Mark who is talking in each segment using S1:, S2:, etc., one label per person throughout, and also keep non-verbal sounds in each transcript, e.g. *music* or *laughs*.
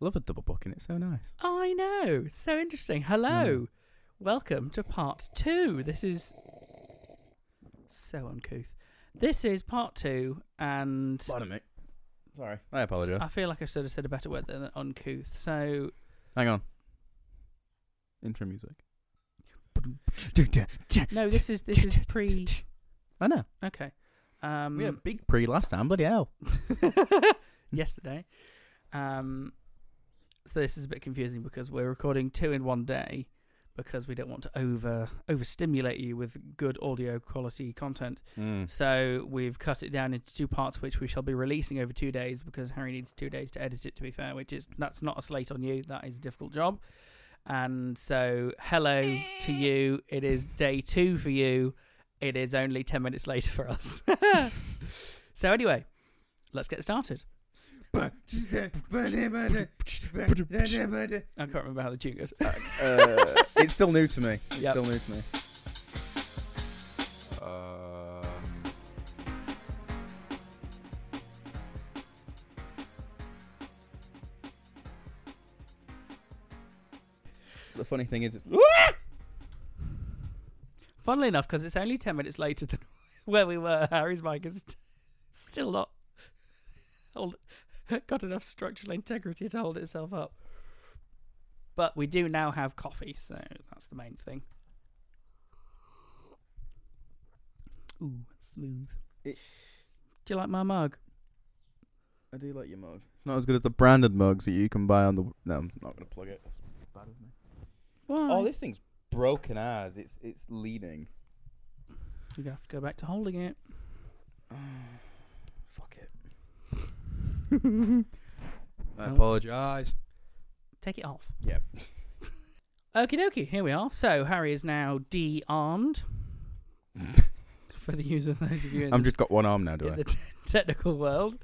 S1: Love a double booking. It's so nice.
S2: I know. So interesting. Hello. Welcome to part two. This is so uncouth. This is part two, and
S1: Pardon me. Sorry. Ah. I apologise.
S2: I feel like I should have said a better word than uncouth. So,
S1: Hang on. Intro music.
S2: no, this is this is pre.
S1: I know.
S2: Okay. Um,
S1: we had a big pre last time. Bloody hell.
S2: *laughs* yesterday. Um, so this is a bit confusing because we're recording two in one day because we don't want to over overstimulate you with good audio quality content.
S1: Mm.
S2: So we've cut it down into two parts, which we shall be releasing over two days because Harry needs two days to edit it. To be fair, which is that's not a slate on you. That is a difficult job. And so, hello to you. It is day two for you. It is only ten minutes later for us. *laughs* so anyway, let's get started.
S1: uh,
S2: I can't remember how the tune goes.
S1: Uh, it's still new to me. It's
S2: Yep.
S1: still new to me. Um, the funny thing is,
S2: Funnily enough, because it's only 10 minutes later than *laughs* where we were, Harry's mic is t- still not hold, got enough structural integrity to hold itself up. But we do now have coffee, so that's the main thing. Ooh, smooth.
S1: It's-
S2: Do you like my mug?
S1: I do like your mug. It's not as good as the branded mugs that you can buy on the. No, I'm not gonna plug it. That's bad, isn't it?
S2: Why?
S1: Oh, this thing's broken as it's it's leading.
S2: You're going to have to go back to
S1: *laughs*
S2: holding it.
S1: *sighs* Fuck it. I
S2: Oh.
S1: apologise.
S2: Take it off.
S1: Yep. *laughs*
S2: Okie dokie, here we are. So Harry is now
S1: *laughs*
S2: de-armed. For the use of those of you in
S1: I'm
S2: the,
S1: just got one arm now, do
S2: in
S1: I?
S2: the te- *laughs* technical world.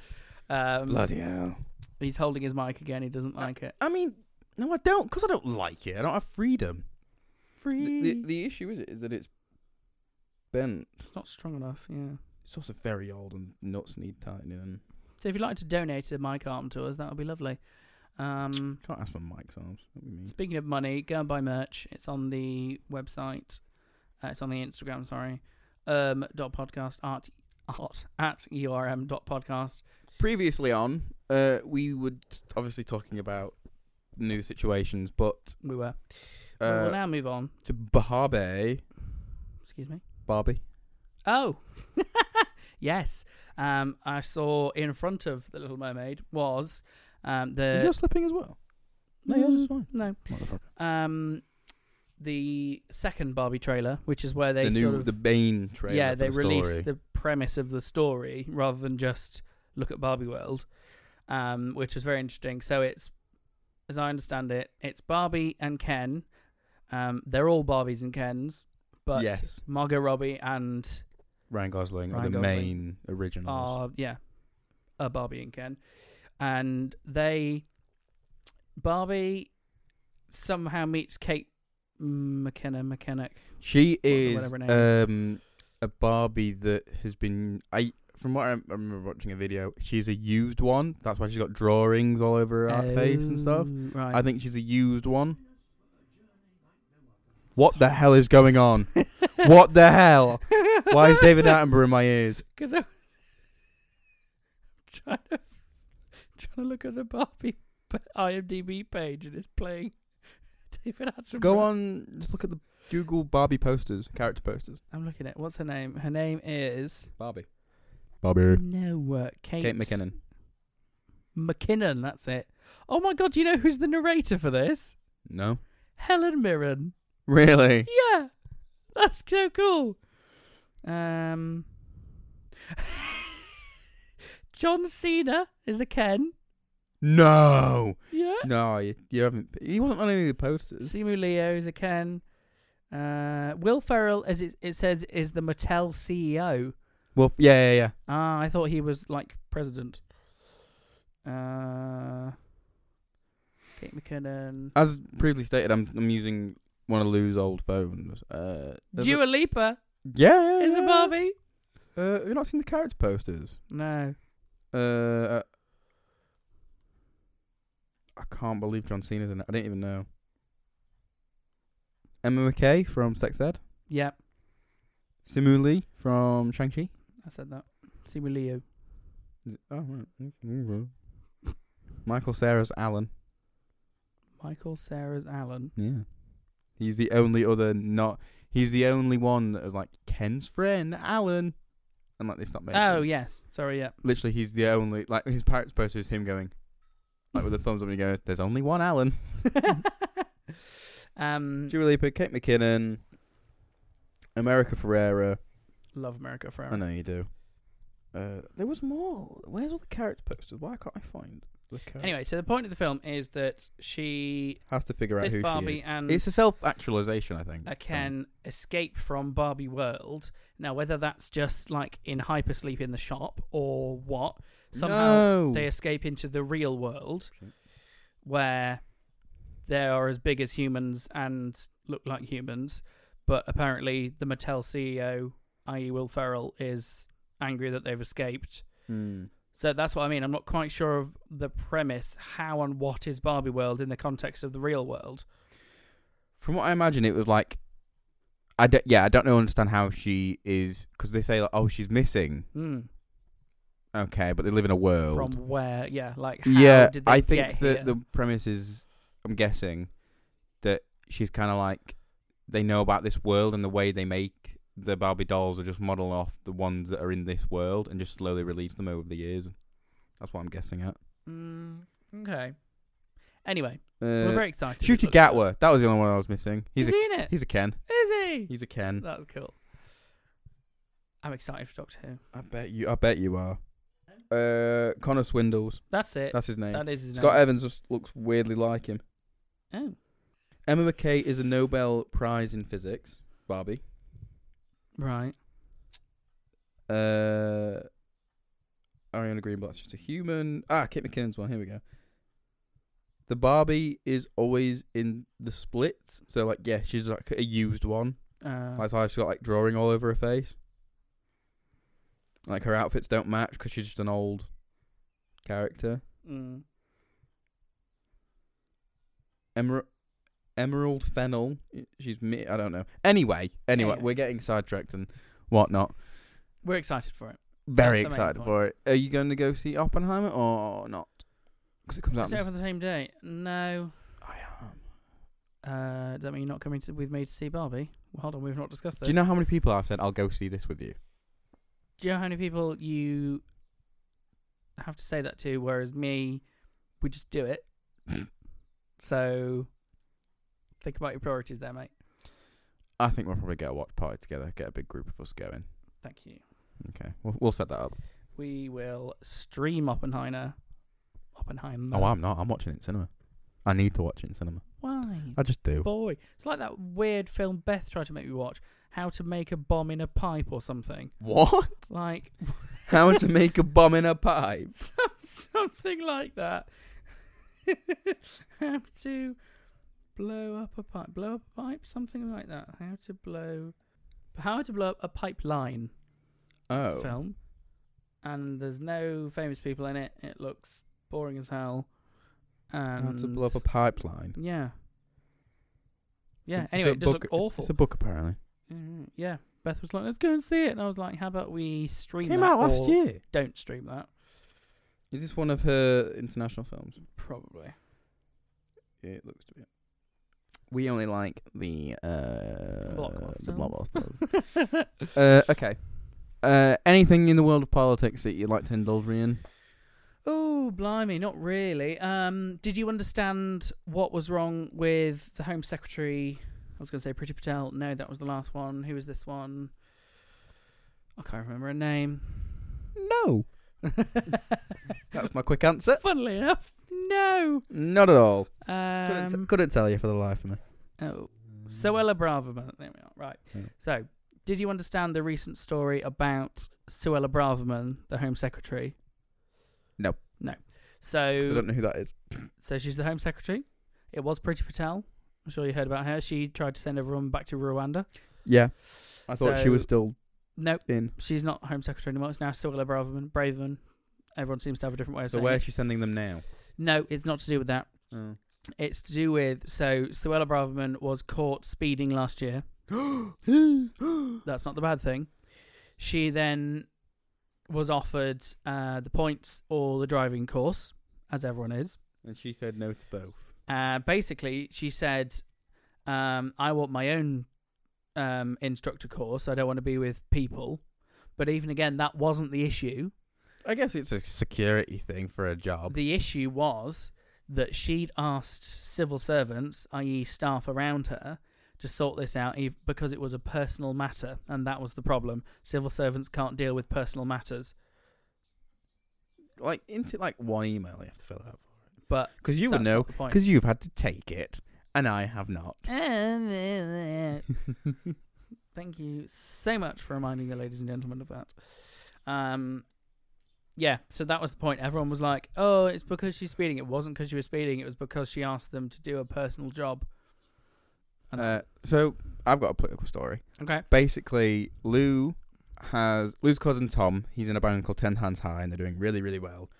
S2: Um,
S1: Bloody hell.
S2: He's holding his mic again. He doesn't like it.
S1: I mean, no, I don't, because I don't like it. I don't have freedom.
S2: Free.
S1: the issue is, is that it's bent.
S2: it's not strong enough. Yeah.
S1: It's also very old and nuts need tightening. And
S2: So if you'd like to donate a mic arm to us, that would be lovely. Um,
S1: can't ask for Mike's arms. That'd be mean.
S2: speaking of money, go and buy merch. It's on the website. Uh, it's on the Instagram. Sorry. Um. Dot podcast art art at urm dot podcast.
S1: Previously on, uh, we were obviously talking about new situations, but
S2: We were.
S1: uh,
S2: we'll now move on.
S1: to Barbie,
S2: Excuse me.
S1: Barbie,
S2: Oh, *laughs* yes. Um, I saw in front of the Little Mermaid was um, the
S1: is yours slipping as well? No, yours is
S2: Mm,
S1: fine.
S2: no
S1: Motherfucker.
S2: um, the second Barbie trailer, which is where they
S1: the new,
S2: sort of
S1: the Bane trailer.
S2: yeah
S1: for
S2: they
S1: the
S2: released
S1: story.
S2: the premise of the story rather than just look at Barbie World, um, which was very interesting. So it's as I understand it, it's Barbie and Ken. Um, they're all Barbies and Kens, but
S1: Yes.
S2: Margot Robbie and
S1: Ryan Gosling are
S2: Ryan
S1: the
S2: Gosling.
S1: main originals.
S2: are yeah, a Barbie and Ken, and they Barbie somehow meets Kate McKenna mechanic.
S1: she
S2: the-
S1: is
S2: whatever her name
S1: um, a Barbie that has been. I from what I, rem- I remember watching a video, she's a used one. That's why she's got drawings all over her face and stuff.
S2: Oh, Right.
S1: I think she's a used one. What the *laughs* hell is going on? what the hell? Why is
S2: *laughs*
S1: David Attenborough in my ears?
S2: Because I'm trying to trying to look at the Barbie p- IMDb page and it's playing *laughs* David Attenborough.
S1: Go on, just look at the Google Barbie posters, character posters.
S2: I'm looking at what's her name. Her name is
S1: Barbie. Barbie.
S2: no uh, Kate,
S1: Kate McKinnon.
S2: McKinnon. That's it. Oh my God! Do you know who's the narrator for this?
S1: No.
S2: Helen Mirren.
S1: Really?
S2: Yeah, that's so cool. Um, *laughs* John Cena is a Ken.
S1: No.
S2: Yeah.
S1: No, you, you haven't. He wasn't on any of the posters.
S2: Simu Leo is a Ken. Uh, Will Ferrell, as it, it says, is the Mattel CEO.
S1: Well, yeah, yeah, yeah.
S2: Ah, I thought he was like president. Uh, Kate McKinnon.
S1: As previously stated, I'm I'm using one of Lou's old phones. Uh, there's
S2: Dua Lipa
S1: a, yeah, yeah,
S2: is a
S1: yeah.
S2: Barbie.
S1: Uh, have you not seen the character Uh, posters?
S2: No.
S1: Uh, I can't believe John Cena's in it. I didn't even know. Emma McKay from Sex Ed.
S2: Yep,
S1: Simu Lee from Shang-Chi.
S2: I said that. See with Leo.
S1: Is it- oh, right. Mm, okay. Michael Sarah's Alan.
S2: Michael Sarah's Alan.
S1: Yeah. He's the only other not. He's the only one that was like Ken's friend, Alan. And like, it's not made.
S2: Oh yes.
S1: *laughs*
S2: Sorry, yeah.
S1: Literally, he's the only. Like, his parents poster is him going, like, with the thumbs up and he goes, there's only one Alan.
S2: *laughs* um
S1: Dua Lipa, Kate McKinnon, America Ferrera.
S2: Love America
S1: I
S2: Ferrera.
S1: know you do. Uh, there was more. Where's all the character posters? Why can't I find the character?
S2: Anyway, so the point of the film is that she
S1: has to figure out
S2: this
S1: who
S2: Barbie
S1: she is.
S2: and
S1: It's a self-actualization, I think. Um,
S2: uh, can escape from Barbie World. Now whether that's just like in hypersleep in the shop or what, somehow
S1: no.
S2: they escape into the real world
S1: Shit.
S2: where they are as big as humans and look like humans. But apparently, the Mattel CEO, i.e., Will Ferrell, is angry that they've escaped.
S1: Mm.
S2: So that's what I mean. I'm not quite sure of the premise. How and what is Barbie World in the context of the real world?
S1: From what I imagine, it was like, I don't, yeah, I don't know, understand how she is because they say like, oh, she's missing.
S2: Hmm.
S1: Okay, but they live in a world.
S2: From where? Yeah, like how
S1: yeah,
S2: did they
S1: I
S2: get
S1: think that
S2: here?
S1: the premise is, I'm guessing, that she's kind of like, they know about this world and the way they make the Barbie dolls are just model off the ones that are in this world and just slowly release them over the years. That's what I'm guessing at.
S2: Mm, okay. Anyway,
S1: Uh,
S2: we're very excited. It
S1: Shooty
S2: looks good.
S1: Gatwa. That was the only one I was missing. He's
S2: Is
S1: a
S2: he in it?
S1: he's a Ken.
S2: Is he?
S1: He's a Ken.
S2: That's cool. I'm excited for Doctor Who.
S1: I bet you. I bet you are. Uh, Connor Swindles.
S2: That's it.
S1: That's his name.
S2: Eh, that is his
S1: Scott
S2: name.
S1: Evans just looks weirdly like him.
S2: oh,
S1: Emma McKay is a Nobel Prize in Physics. Barbie.
S2: right.
S1: Uh, Ariana Greenblatt's just a human. Ah, Kit McKinnon's one. Here we go. The Barbie is always in the splits. So like, yeah, she's like a used one.
S2: Uh,
S1: That's why she's got like drawing all over her face. Like her outfits don't match because she's just an old character.
S2: mm,
S1: Emer- Emerald Fennel. She's me. I don't know. Anyway, anyway,
S2: Anyway.
S1: we're getting sidetracked and whatnot.
S2: we're excited for it.
S1: Very
S2: That's the main
S1: excited
S2: point.
S1: for it. Are you going to go see Oppenheimer or not? Because it comes out.
S2: Is it
S1: this-
S2: over the same day? No.
S1: I am.
S2: Uh, does that mean you're not coming to, with me to see Barbie? Well, hold on, we've not discussed this.
S1: Do you know how many people I've said I'll go see this with you?
S2: Do you know how many people you have to say that to? Whereas me, we just do
S1: *laughs*
S2: it. so think about your priorities there, mate.
S1: I think we'll probably get a watch party together. Get a big group of us going.
S2: Thank you.
S1: Okay, we'll, we'll set that up.
S2: We will stream Oppenheimer. Oppenheimer.
S1: Oh, I'm not. I'm watching it in cinema. I need to watch it in cinema.
S2: Why?
S1: I just do.
S2: boy. It's like that weird film Beth tried to make me watch. How to make a bomb in a pipe or something. *laughs*
S1: What?
S2: It's like
S1: How to make a bomb in a pipe?
S2: something like that. *laughs* How to blow up a pipe. Blow up a pipe? Something like that. How to blow How to blow up a pipeline is the
S1: Oh,
S2: film. And there's no famous people in it. It looks boring as hell. And
S1: how to blow up a pipeline?
S2: Yeah.
S1: It's a-
S2: Yeah,
S1: it's
S2: anyway,
S1: a
S2: it just
S1: book-
S2: looked
S1: it's-
S2: awful.
S1: It's a book apparently.
S2: Mm, yeah. Beth was like, let's go and see it. And I was like, how about we stream
S1: Came
S2: that
S1: out last
S2: or
S1: year.
S2: Don't stream that.
S1: Is this one of her international films?
S2: Probably.
S1: *laughs* It looks to be. We only like the uh,
S2: Blockbusters.
S1: the *laughs* blockbusters. uh, okay. Uh, anything in the world of politics that you'd like to indulge me in?
S2: oh, blimey, not really. Um, did you understand what was wrong with the Home Secretary? I was going to say Pretty Patel. No, that was the last one. Who was this one? I can't remember her name. *laughs*
S1: No. That's my quick answer.
S2: Funnily enough, no.
S1: Not at all. Couldn't, t-
S2: Um,
S1: couldn't tell you for the life of me.
S2: oh, Suella Braverman. There we are. Right.
S1: Yeah.
S2: So, did you understand the recent story about Suella Braverman, the Home Secretary?
S1: No.
S2: No.
S1: 'Cause I
S2: So,
S1: don't know who that is.
S2: so she's the Home Secretary. It was Priti Patel. I'm sure you heard about her. She tried to send everyone back to Rwanda.
S1: Yeah. I thought she
S2: So-
S1: was still
S2: No,
S1: in.
S2: she's not Home Secretary anymore. It's now Suella Braverman. Braverman. Everyone seems to have a different way of
S1: So
S2: saying
S1: where
S2: it.
S1: *gasps* is she sending them now?
S2: No, it's not to do with that.
S1: Oh.
S2: It's to do with so Suella Braverman was caught speeding last year. That's not the bad thing. She then was offered uh, the points or the driving course, as everyone is.
S1: and she said no to both.
S2: Uh, basically, she said, um, "I want my own um, instructor course. I don't want to be with people." But even again, that wasn't the issue.
S1: I guess it's a security thing for a job.
S2: The issue was that she'd asked civil servants, i.e., staff around her, to sort this out ev- because it was a personal matter, and that was the problem. Civil servants can't deal with personal matters.
S1: like into like one email you have to *laughs* fill out
S2: But
S1: because you would
S2: that's
S1: know
S2: not the point. *laughs*
S1: because you've had to take it and I have not.
S2: Thank you so much for reminding the ladies and gentlemen of that. Um, yeah, so that was the point. Everyone was like, "Oh, it's because she's speeding." It wasn't because she was speeding. It was because she asked them to do a personal job. And
S1: Uh, so I've got a political story.
S2: okay,
S1: basically Lou has Lou's cousin Tom. He's in a band called Ten Hands High, and they're doing really, really well.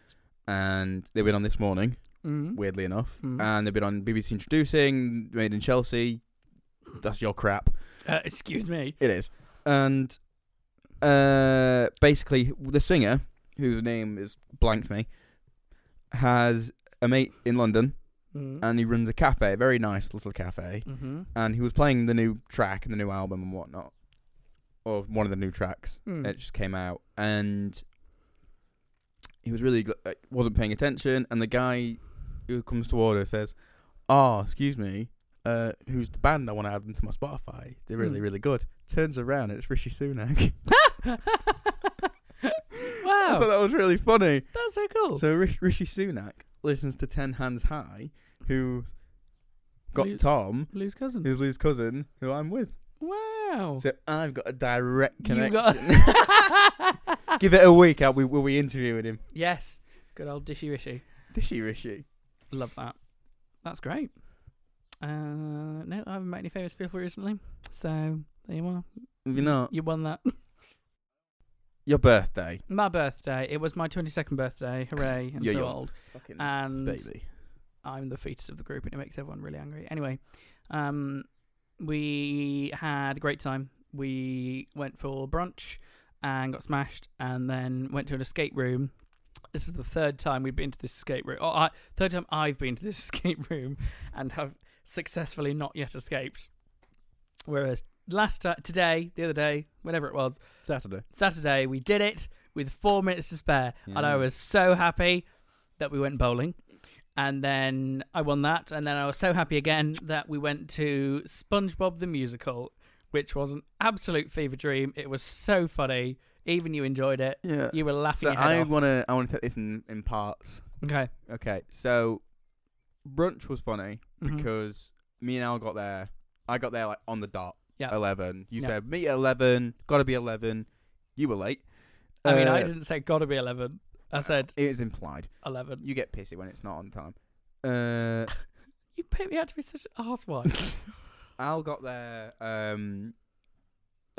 S1: And they've been on this morning,
S2: mm.
S1: weirdly enough,
S2: Mm.
S1: and they've been on BBC Introducing, Made in Chelsea. That's your crap.
S2: Uh, excuse me.
S1: It is. And uh, basically, the singer, whose name is blanked me, has a mate in London,
S2: Mm.
S1: and he runs a cafe, a very nice little cafe
S2: hmm
S1: and he was playing the new track and the new album and whatnot, or one of the new tracks
S2: Mm. *laughs*
S1: that just came out, and he was really gl- like, wasn't paying attention, and the guy who comes toward her says, "Ah, excuse me, uh, who's the band I want to add into my Spotify? They're really,
S2: Mm.
S1: really good." Turns around, it's Rishi Sunak. *laughs* I thought
S2: wow, Oh.
S1: that was really funny.
S2: that's so cool.
S1: So Rish- Rishi Sunak listens to Ten Hands High, who got
S2: Lou-
S1: Tom,
S2: Lou's cousin.
S1: who's Lou's cousin, who I'm with.
S2: Wow.
S1: So I've got a direct
S2: You
S1: connection.
S2: Oh. got- *laughs*
S1: Give it a week, I'll be, we'll be interviewing him.
S2: yes. Good old dishy wishy.
S1: Dishy Rishi.
S2: Love that. That's great. Uh, no, I haven't met any famous people recently. So there you are.
S1: If you're not,
S2: You won that. *laughs*
S1: your birthday.
S2: my birthday. It was my 22nd birthday. Hooray. I'm
S1: You're
S2: so
S1: young.
S2: old.
S1: Fucking
S2: And
S1: baby.
S2: I'm the fetus of the group and it makes everyone really angry. Anyway, um, we had a great time. We went for brunch and got smashed and then went to an escape room. This is the third time we've been to this escape room. Oh, I, third time I've been to this *laughs* escape room and have successfully not yet escaped. Whereas last ti today, the other day, whenever it was,
S1: Saturday.
S2: Saturday, we did it with four minutes to spare. And I
S1: Yeah.
S2: was so happy that we went bowling. And then I won that. And then I was so happy again that we went to SpongeBob the Musical, which was an absolute fever dream. It was so funny. Even you enjoyed it.
S1: Yeah.
S2: You were laughing
S1: So
S2: your head
S1: I
S2: off.
S1: want to I want to take this in, in parts.
S2: Okay.
S1: Okay, so brunch was funny
S2: Mhm.
S1: because me and Al got there. I got there like on the dot.
S2: Yeah.
S1: Eleven. You
S2: Yeah.
S1: said meet at eleven. Got to be eleven. You were late.
S2: I mean, I
S1: Uh,
S2: didn't say gotta be 11. I said
S1: it is implied.
S2: 11.
S1: You get pissy when it's not on time. Uh,
S2: You picked me out to be such an
S1: *laughs*
S2: arsewife.
S1: Al got there. Um,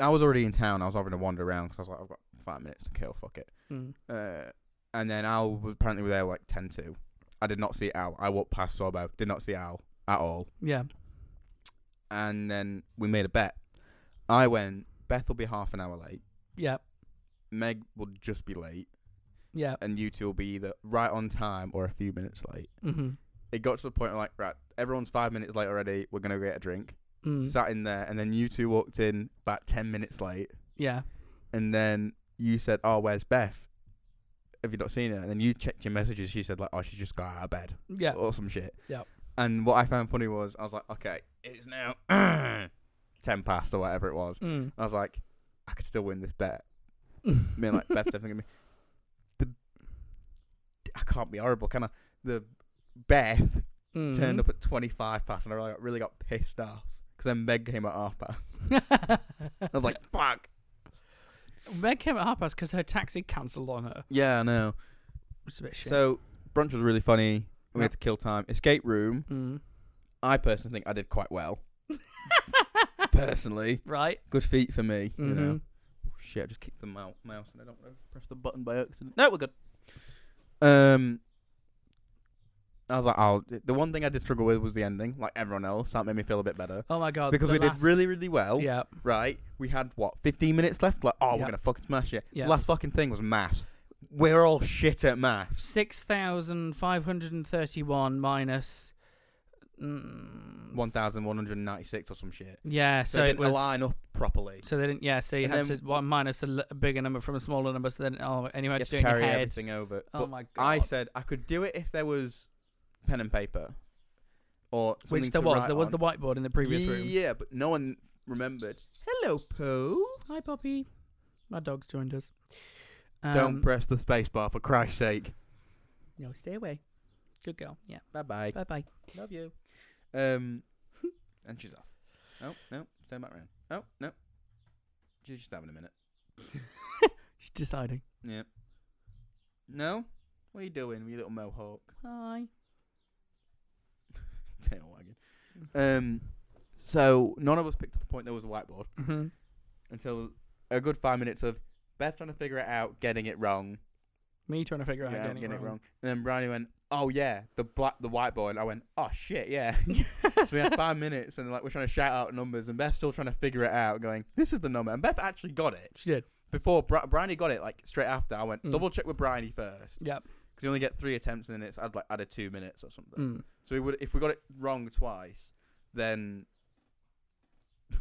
S1: I was already in town. I was having to wander around because I was like, I've got five minutes to kill. Fuck it.
S2: Mm.
S1: Uh, and then Al was apparently we were there like ten to. I did not see Al. I walked past Sorbo. Did not see Al at all.
S2: Yeah.
S1: And then we made a bet. I went. Beth will be half an hour late.
S2: Yeah.
S1: Meg will just be late,
S2: Yeah.
S1: and you two will be either right on time or a few minutes late.
S2: hmm
S1: It got to the point of like, right, everyone's five minutes late already. We're gonna go get a drink.
S2: Mm.
S1: Sat in there, and then you two walked in about ten minutes late.
S2: yeah.
S1: and then you said, "Oh, where's Beth? Have you not seen her?" And then you checked your messages. She said, "Like, oh, she just got out of bed
S2: Yeah.
S1: or some shit."
S2: Yep.
S1: And what I found funny was, I was like, "Okay, it's now *clears throat* ten past or whatever it was."
S2: Mm.
S1: I was like, "I could still win this bet." Me
S2: *laughs*
S1: and like Beth's definitely gonna be the. I can't be horrible, can I? The Beth
S2: Mm.
S1: turned up at twenty five past, and I really got, really got pissed off because then Meg came at half past.
S2: I
S1: I was
S2: *laughs*
S1: like, "Fuck."
S2: Meg came at half past because her taxi cancelled on her,
S1: Yeah, I know.
S2: which is a bit shit.
S1: So brunch was really funny. We
S2: Yeah.
S1: had to kill time. Escape room. *laughs*
S2: Mm.
S1: I personally think I did quite well. personally,
S2: right?
S1: good feet for me. You know.
S2: Mhm.
S1: Oh, shit, I just kicked the mou- mouse and I don't know. Press the button by accident. No, we're good. Um, I was like, oh, the one thing I did struggle with was the ending, like everyone else. That made me feel a bit better
S2: Oh my god!
S1: because
S2: the
S1: we
S2: last-
S1: did really, really well.
S2: Yeah,
S1: Right? We had what 15 minutes left. Like, oh,
S2: Yeah.
S1: we're gonna fucking smash it.
S2: Yeah.
S1: Last fucking thing was maths. We're all shit at maths.
S2: six thousand five hundred and thirty-one minus. Mm,
S1: 1,196 or some shit.
S2: Yeah, so,
S1: So, it
S2: it
S1: didn't
S2: was.
S1: align up properly.
S2: So they didn't. Yeah, so you
S1: And
S2: had
S1: then-
S2: to one minus a, l- a bigger number from a smaller number. So then, oh, and you
S1: You
S2: had
S1: have to
S2: to do it in your
S1: carry
S2: head.
S1: everything over.
S2: Oh
S1: But
S2: my god!
S1: I said I could do it if there was pen and paper, or something
S2: Which there
S1: to
S2: was.
S1: write
S2: There was
S1: on.
S2: the whiteboard in the previous room.
S1: Yeah, but no one remembered. Hello, Pooh.
S2: Hi, Poppy. My dog's joined us. Um,
S1: Don't press the space bar for Christ's sake.
S2: No, stay away. Good girl. Yeah.
S1: Bye bye.
S2: Bye bye.
S1: Love you. Um, *laughs* and she's off. Oh no, turn back round. Oh no, she's just having a minute.
S2: She's deciding.
S1: Yeah. No, what are you doing, with your little mohawk? *laughs*
S2: Hi.
S1: Tail wagging. Um, so none of us picked up the point there was a whiteboard
S2: hmm
S1: until a good five minutes of Beth trying to figure it out, getting it wrong,
S2: Me trying to figure out
S1: yeah,
S2: how
S1: I'm
S2: to get
S1: getting
S2: it wrong.
S1: And then Brownie went, "Oh yeah, the black, the whiteboard." I went, "Oh shit,
S2: *laughs*
S1: yeah." so we had five minutes, and like we're trying to shout out numbers, and Beth's still trying to figure it out, going, "This is the number." And Beth actually got it
S2: She did.
S1: before Bra- Brownie got it, like straight after. I went
S2: Mm.
S1: double check with Brownie first
S2: Yep.
S1: because you only get three attempts, and then it's I'd like added two minutes or something.
S2: Mm.
S1: So we would if we got it wrong twice, then. *laughs*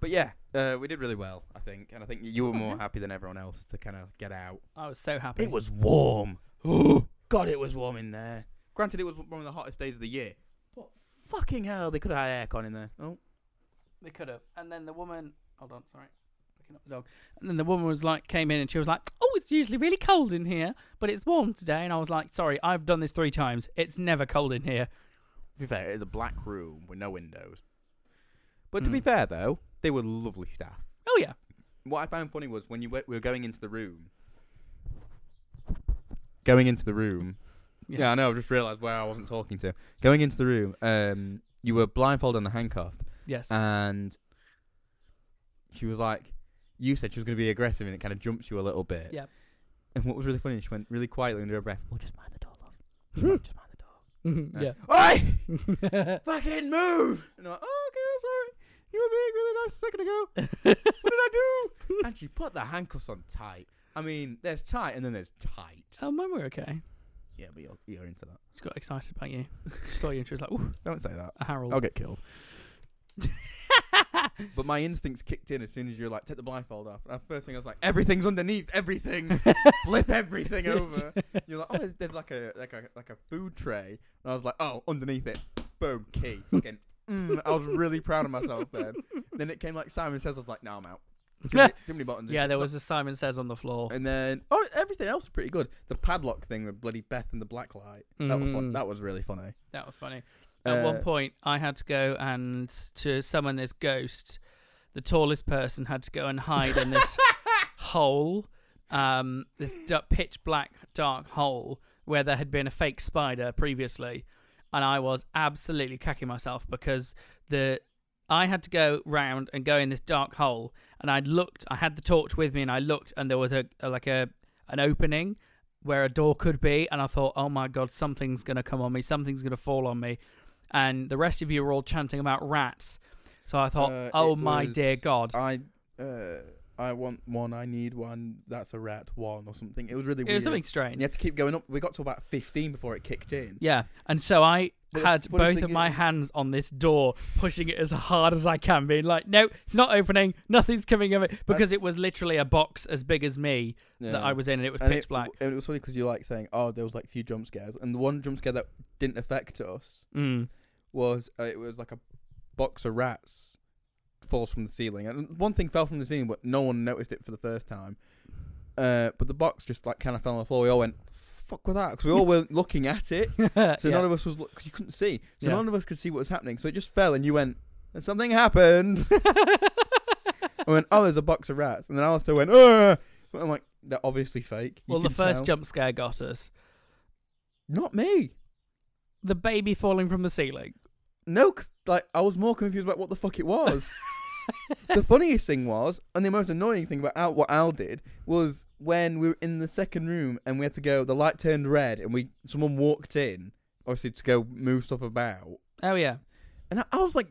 S1: but yeah, uh, we did really well, I think, and I think you were
S2: Oh,
S1: more
S2: yeah.
S1: happy than everyone else to kind of get out.
S2: I was so happy.
S1: It was *gasps* warm. Oh God, it was warm in there. Granted, it was one of the hottest days of the year. But fucking hell, they could have had aircon in there. Oh,
S2: They could have. And then the woman. Hold on, sorry. Picking up the dog. And then the woman was like, came in and she was like, "Oh, it's usually really cold in here, but it's warm today." And I was like, "Sorry, I've done this three times. It's never cold in here."
S1: to be fair, it is a black room with no windows. Hmm. But to be
S2: Mm.
S1: fair though, they were lovely staff.
S2: Oh yeah.
S1: What I found funny was when you were, we were going into the room. Going into the room.
S2: Yeah.
S1: Yeah, I know. I've just realised where I wasn't talking to. Going into the room, um, you were blindfolded and handcuffed.
S2: Yes.
S1: Uh, and she was like, "You said she was going to be aggressive, and it kind of jumps you a little bit."
S2: Yep.
S1: And what was really funny, she went really quietly under her breath. Well, just mind the door, love. Just mind- just mind the door.
S2: Mhm,
S1: And
S2: *laughs* yeah.
S1: I went, Oi! uh.
S2: *laughs*
S1: Fucking move! And I'm like, "Oh, okay, I'm sorry. You were being really nice a second ago. What did I do?" and she put the handcuffs on tight. I mean, there's tight, and then there's tight.
S2: oh, mine were okay.
S1: Yeah, but you're, you're into that.
S2: She got excited about you. She saw you and she was like, "Ooh,
S1: Don't say that.
S2: a Harold."
S1: I'll
S2: *laughs*
S1: get killed. But my instincts kicked in as soon as you're like, take the blindfold off. And the first thing I was like, everything's underneath, *laughs* everything, flip everything over. You're like, oh, there's, there's like a like a like a food tray, and I was like, oh, underneath it, boom, key, fucking. Mm, I was really proud of myself then. Then it came like Simon says, I was like, no, I'm out. Too many, too many buttons.
S2: *laughs* yeah, there
S1: So-
S2: was a Simon Says on the floor.
S1: And then oh, everything else was pretty good. The padlock thing with bloody Beth and the black light. That was fun.
S2: Mm.
S1: That was really funny.
S2: That was funny. At
S1: Uh,
S2: one point, I had to go and to summon this ghost. The tallest person had to go and
S1: *laughs*
S2: hide in this hole, um, this d- pitch black dark hole where there had been a fake spider previously, and I was absolutely cacking myself because the I had to go round and go in this dark hole, and I looked. I had the torch with me, and I looked, and there was a, a like a an opening where a door could be, and I thought, oh my god, something's gonna come on me, something's gonna fall on me, and the rest of you were all chanting about rats. So I thought,
S1: Uh,
S2: oh
S1: it
S2: my
S1: was-
S2: dear God!
S1: I uh, I want one. I need one. That's a rat. One or something. It was really
S2: It
S1: weird.
S2: was something
S1: And
S2: strange.
S1: you had to keep going up. We got to about fifteen before it kicked in.
S2: Yeah, and so I
S1: But the
S2: had
S1: funny
S2: both
S1: thing
S2: of my
S1: is-
S2: hands on this door, pushing it as hard as I can, being like, "No, it's not opening. Nothing's coming of it," because it was literally a box as big as me that I was in, and it was
S1: And
S2: pitch
S1: it,
S2: black.
S1: And it was funny because you like saying, "Oh, there was like a few jump scares," and the one jump scare that didn't affect us
S2: Mm.
S1: was uh, it was like a box of rats falls from the ceiling, and one thing fell from the ceiling, but no one noticed it for the first time. Uh, but the box just like kind of fell on the floor. We all went, "Fuck with that," because we all
S2: *laughs*
S1: were looking at it. So
S2: Yeah. *laughs*
S1: none of us was because you couldn't see. So
S2: Yeah.
S1: none of us could see what was happening. So it just fell, and you went, and something happened. *laughs* I went, oh, there's a box of rats, and then Alistair went, Ugh! I'm like, they're obviously fake. You
S2: well, the
S1: can
S2: first
S1: tell.
S2: jump scare got us.
S1: not me.
S2: The baby falling from the ceiling.
S1: *laughs* No, 'cause, like I was more confused about what the fuck it was. *laughs* the funniest thing was, and the most annoying thing about Al, what Al did was when we were in the second room and we had to go. The light turned red, and we someone walked in, obviously to go move stuff about,
S2: Oh yeah.
S1: and I, I was like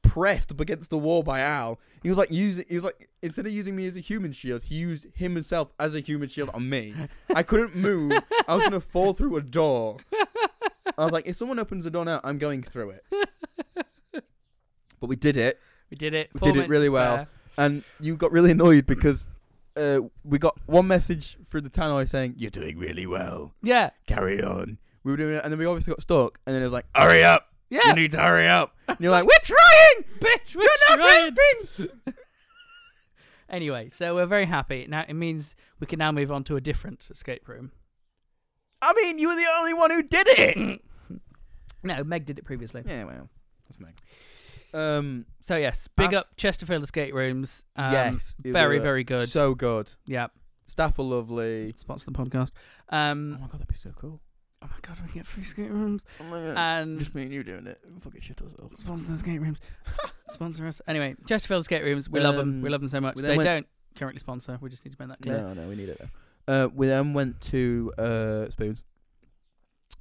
S1: pressed up against the wall by Al. He was like using, he was like instead of using me as a human shield, he used him himself as a human shield on me. I couldn't move. I was gonna fall through a door. I was like, if someone opens the door now, I'm going through it. But we did it.
S2: We did it.
S1: We
S2: Four
S1: did it
S2: minutes
S1: really
S2: to
S1: well.
S2: spare.
S1: and you got really annoyed because uh, we got one message through the tannoy saying you're doing really well
S2: Yeah. *laughs*
S1: carry on we were doing it and then we obviously got stuck and then it was like hurry up
S2: Yeah.
S1: you need to hurry up and you're like we're trying
S2: Bitch, we're
S1: you're not
S2: trying.
S1: helping
S2: Anyway, so we're very happy. Now it means we can now move on to a different escape room.
S1: I mean you were the only one who did it
S2: Mm. No, Meg did it previously.
S1: *laughs* yeah well that's Meg um
S2: So yes, big
S1: Af-
S2: up Chesterfield escape rooms. Um,
S1: yes it
S2: very
S1: were
S2: very good.
S1: so good
S2: yeah,
S1: staff were lovely
S2: sponsor the podcast.
S1: oh my
S2: Um,
S1: god that'd be so cool
S2: oh my god, we get free escape rooms
S1: oh my god
S2: and
S1: just me and you doing it fucking shit ourselves
S2: sponsor the escape rooms. *laughs* sponsor us anyway. Chesterfield escape rooms, we love 'em. love them.
S1: Um,
S2: We love them so much.
S1: we then
S2: They
S1: went-
S2: don't currently sponsor. We just need to make that clear.
S1: No, no, we need it though. Uh, we then went to uh, Spoons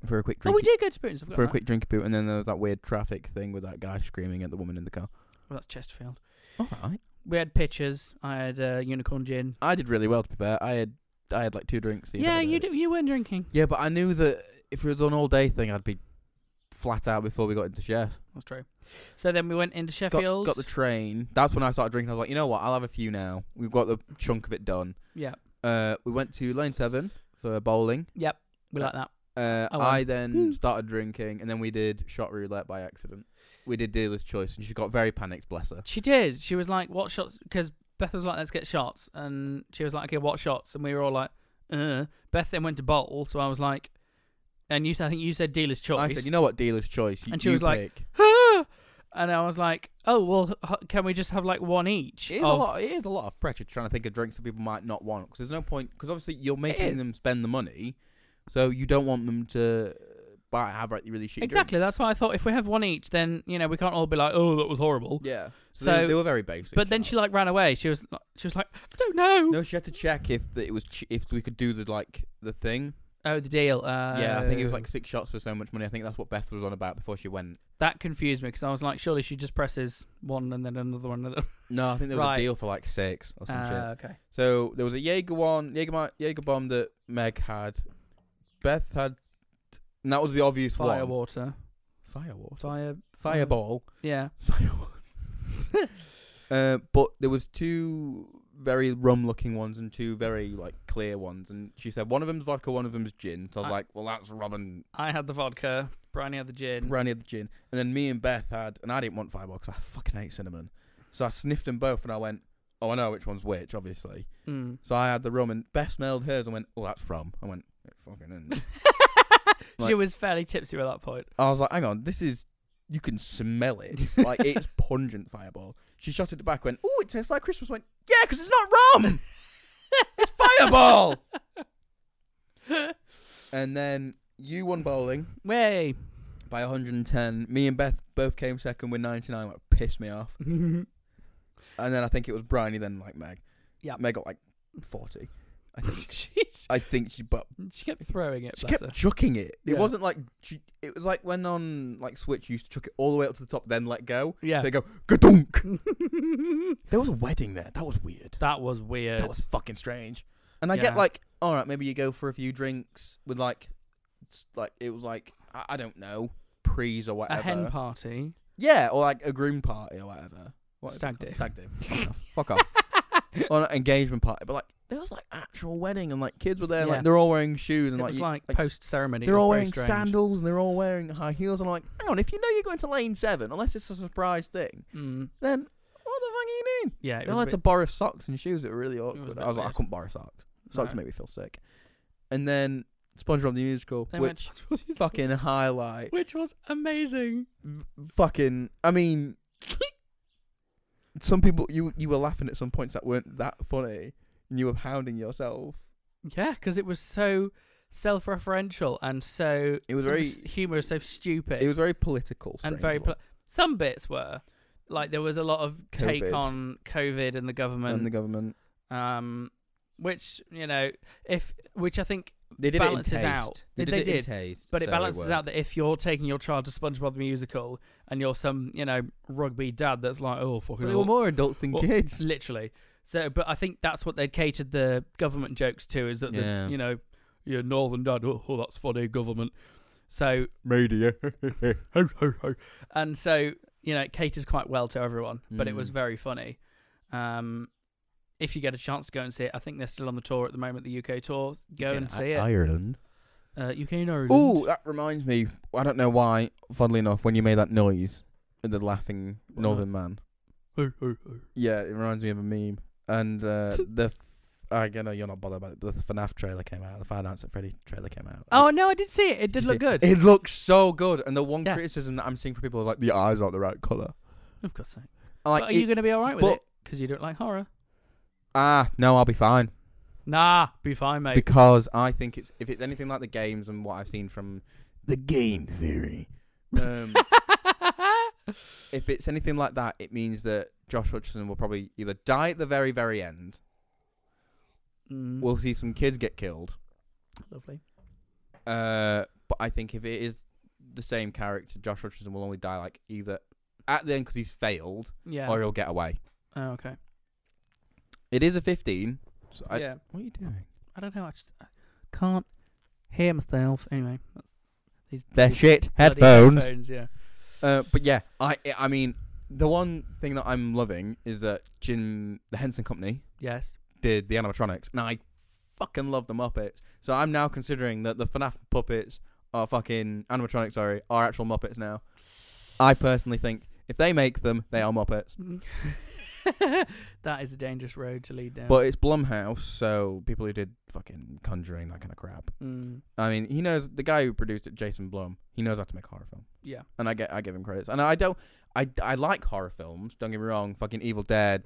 S1: for a quick
S2: Oh,
S1: drink.
S2: we did go to Spoons. I forgot
S1: For a
S2: that.
S1: quick drink boot, and then there was that weird traffic thing with that guy screaming at the woman in the car.
S2: Well, that's Chesterfield.
S1: All right,
S2: We had pitchers. I had uh, unicorn gin.
S1: I did really well to be fair. I had I had like two drinks. so
S2: yeah,
S1: better
S2: you
S1: than
S2: do, you weren't drinking.
S1: it. Yeah, but I knew that if it was an all day thing, I'd be flat out before we got into chef.
S2: That's true. So then we went into
S1: Got,
S2: Sheffield.
S1: got the train. That's when I started drinking. I was like, you know what? I'll have a few now. We've got the chunk of it done.
S2: yeah,
S1: Uh, we went to Lane Seven for bowling.
S2: yep. We like that.
S1: Uh,
S2: Oh, wow.
S1: I then
S2: Hmm.
S1: started drinking, and then we did shot roulette by accident. We did dealer's choice, and she got very panicked. Bless her.
S2: She did. She was like, "What shots?" Because Beth was like, "Let's get shots," and she was like, "Okay, what shots?" And we were all like, "Uh." Beth then went to bowl, so I was like, "And you?" said- I think you said dealer's choice.
S1: I said, "You know what? Dealer's choice." You,
S2: And she
S1: you
S2: was like,
S1: pick.
S2: and I was like, "Oh well, h- can we just have like one each?"
S1: "It is a
S2: of-
S1: lot. It is a lot of pressure trying to think of drinks that people might not want because there's no point because obviously you're making
S2: is.
S1: them spend the money, so you don't want them to buy have like really shitty
S2: Exactly. That's why I thought if we have one each, then you know we can't all be like, "Oh, that was horrible."
S1: Drinks. Yeah. So,
S2: So-
S1: they, they were very basic.
S2: But then she like ran away. She was she was like, "I don't know."
S1: No, she had to check if the, it was ch- if we could do the like the thing.
S2: Oh, the deal. Uh,
S1: yeah, I think it was like six shots for so much money. I think that's what Beth was on about before she went.
S2: that confused me because I was like, surely she just presses one and then another one. And
S1: No, I think there was
S2: Right.
S1: a deal for like six or some
S2: *laughs* then...
S1: shit.
S2: Uh, okay.
S1: So there was a Jaeger one, Jaeger, mi- Jaeger bomb that Meg had. Beth had, and that was the obvious
S2: Fire
S1: one.
S2: water.
S1: Firewater.
S2: Fire.
S1: Fireball. *laughs*
S2: Yeah. *laughs*
S1: Uh, but there was two very rum-looking ones and two very like clear ones, and she said one of them's vodka, one of them's gin. So I was
S2: I-
S1: like, well, that's rum and
S2: I had the vodka. Bryony had the gin.
S1: Brandy had the gin, and then me and Beth had, and I didn't want Fireball 'cause I fucking hate cinnamon, so I sniffed them both, and I went, oh, I know which one's which, obviously. *laughs*
S2: Mm.
S1: So I had the rum, and Beth smelled hers and went, oh, that's rum. I went, it fucking isn't.
S2: she
S1: Like-
S2: was fairly tipsy by that point.
S1: I was like, hang on, this is you can smell it. It's like it's pungent fireball. She shot it back, went, oh, it tastes like Christmas. Went, yeah, because it's not rum. it's fireball. and then you won bowling
S2: *laughs* Way. *laughs*
S1: by 110. Me and Beth both came second with 99. Like pissed me off. And then I think it was Bryony, then like Meg.
S2: Yeah.
S1: Meg got like 40. I think,
S2: she,
S1: I think she, but
S2: she kept throwing it.
S1: She
S2: bless
S1: kept
S2: her.
S1: chucking it. It
S2: Yeah.
S1: wasn't like she, it was like when on like Switch you used to chuck it all the way up to the top, then let go.
S2: Yeah.
S1: They go gadunk. There was a wedding there. That was weird.
S2: *laughs* that was weird.
S1: That was fucking strange. And I
S2: Yeah.
S1: get like, all right, maybe you go for a few drinks with like, s- like it was like I, I don't know, prees or
S2: a
S1: whatever.
S2: hen party.
S1: yeah, or like a groom party or whatever. What is it
S2: Stag
S1: called?
S2: do. *laughs*
S1: Stag do. Fuck off. Fuck off. or an engagement party, but like there was like actual wedding and like kids were there,
S2: Yeah.
S1: like they're all wearing shoes and
S2: it
S1: like
S2: was
S1: you-
S2: like,
S1: like,
S2: post ceremony.
S1: they're all wearing sandals and they're all wearing high heels. I'm like, hang on, if you know you're going to lane seven, unless it's a surprise thing,
S2: Mm.
S1: then what the fuck are you doing?
S2: Yeah, it
S1: They all
S2: was. a
S1: had to
S2: bit-
S1: borrow socks and shoes that were really
S2: was a
S1: awkward.
S2: bit
S1: I was like, I
S2: weird.
S1: couldn't borrow socks. Socks
S2: No.
S1: make me feel sick. And then SpongeBob the Musical,
S2: They
S1: which *laughs*
S2: went-
S1: fucking highlight,
S2: which was amazing.
S1: fucking. I
S2: *laughs*
S1: mean, some people you you were laughing at some points that weren't that funny, and you were hounding yourself.
S2: Yeah, because it was so self-referential and so
S1: It was
S2: so
S1: very-
S2: humorous, so stupid,
S1: It was very political
S2: and very
S1: strangely.
S2: pl- some bits were. like there was a lot of take
S1: COVID.
S2: on COVID and the government,
S1: and the government.
S2: um, which you know, if which I think,
S3: They did
S2: balances
S3: it in taste.
S2: out.
S3: They,
S2: They-
S3: did,
S2: they
S3: it in
S2: did,
S3: taste,
S2: but it
S3: so
S2: balances
S3: worked.
S2: out that if you're taking your child to SpongeBob the musical and you're some you know rugby dad that's like, oh fucking,
S1: But they
S2: all-
S1: were more adults than
S2: Well,
S1: kids.
S2: *laughs* literally. So, but I think that's what they catered the government jokes to is that
S1: Yeah.
S2: the, you know your northern dad, oh, oh that's funny government. So
S3: *laughs*
S1: Media.
S2: ho ho ho. And so, you know, it caters quite well to everyone, but it was
S1: Mm.
S2: very funny. Um if you get a chance to go and see it, I think they're still on the tour at the moment, the UK tour. Go
S3: Fucking
S2: and
S3: I-
S2: see it.
S3: Ireland.
S2: uh, UK and Ireland.
S1: oh, that reminds me. I don't know why. Funnily enough, when you made that noise, the laughing
S2: What
S1: northern man.
S2: Ho, ho, ho.
S1: Yeah, it reminds me of a meme. And
S3: *laughs*
S1: uh, the I know you're not bothered about it, but the FNAF trailer came out. The Five Nights at Freddy trailer came out.
S2: Oh no, I did see it. It did
S1: You
S2: look
S1: see-
S2: good.
S1: It looks so good. And the one
S2: Yeah.
S1: criticism that I'm seeing from people is like the eyes aren't the right color.
S2: of course. so.
S1: Like,
S2: but are you
S1: it-
S2: going to be all right with
S1: but-
S2: it? Because you don't like horror.
S1: ah, no, I'll be fine
S2: Nah, be fine, mate.
S1: because I think it's if it's anything like the games and what I've seen from the game theory. Um,
S2: *laughs*
S1: if it's anything like that, it means that Josh Hutcherson will probably either die at the very, very end.
S2: Mm,
S1: We'll see some kids get killed.
S2: lovely.
S1: Uh, but I think if it is the same character, Josh Hutcherson will only die like either at the end because he's failed,
S2: Yeah.
S1: or he'll get away.
S2: oh, okay.
S1: It is a fifteen. So I,
S2: yeah.
S1: What are you doing?
S2: I don't know. I just I can't hear myself. Anyway, that's these
S1: They're
S2: bloody
S1: shit headphones.
S2: headphones, yeah.
S1: Uh, but yeah, I I- I mean the one thing that I'm loving is that Jim the Henson Company
S2: *laughs* Yes.
S1: did the animatronics, and I fucking love the Muppets. So I'm now considering that the FNAF puppets are fucking animatronics. Sorry, are actual Muppets now. I personally think if they make them, they are Muppets.
S2: that is a dangerous road to lead down.
S1: But it's Blumhouse, so people who did fucking Conjuring, that kind of crap.
S2: Mm,
S1: I mean, he knows the guy who produced it, Jason Blum. He knows how to make horror film,
S2: yeah.
S1: and I get I give him credits. And I don't, I, I like horror films. Don't get me wrong. Fucking Evil Dead,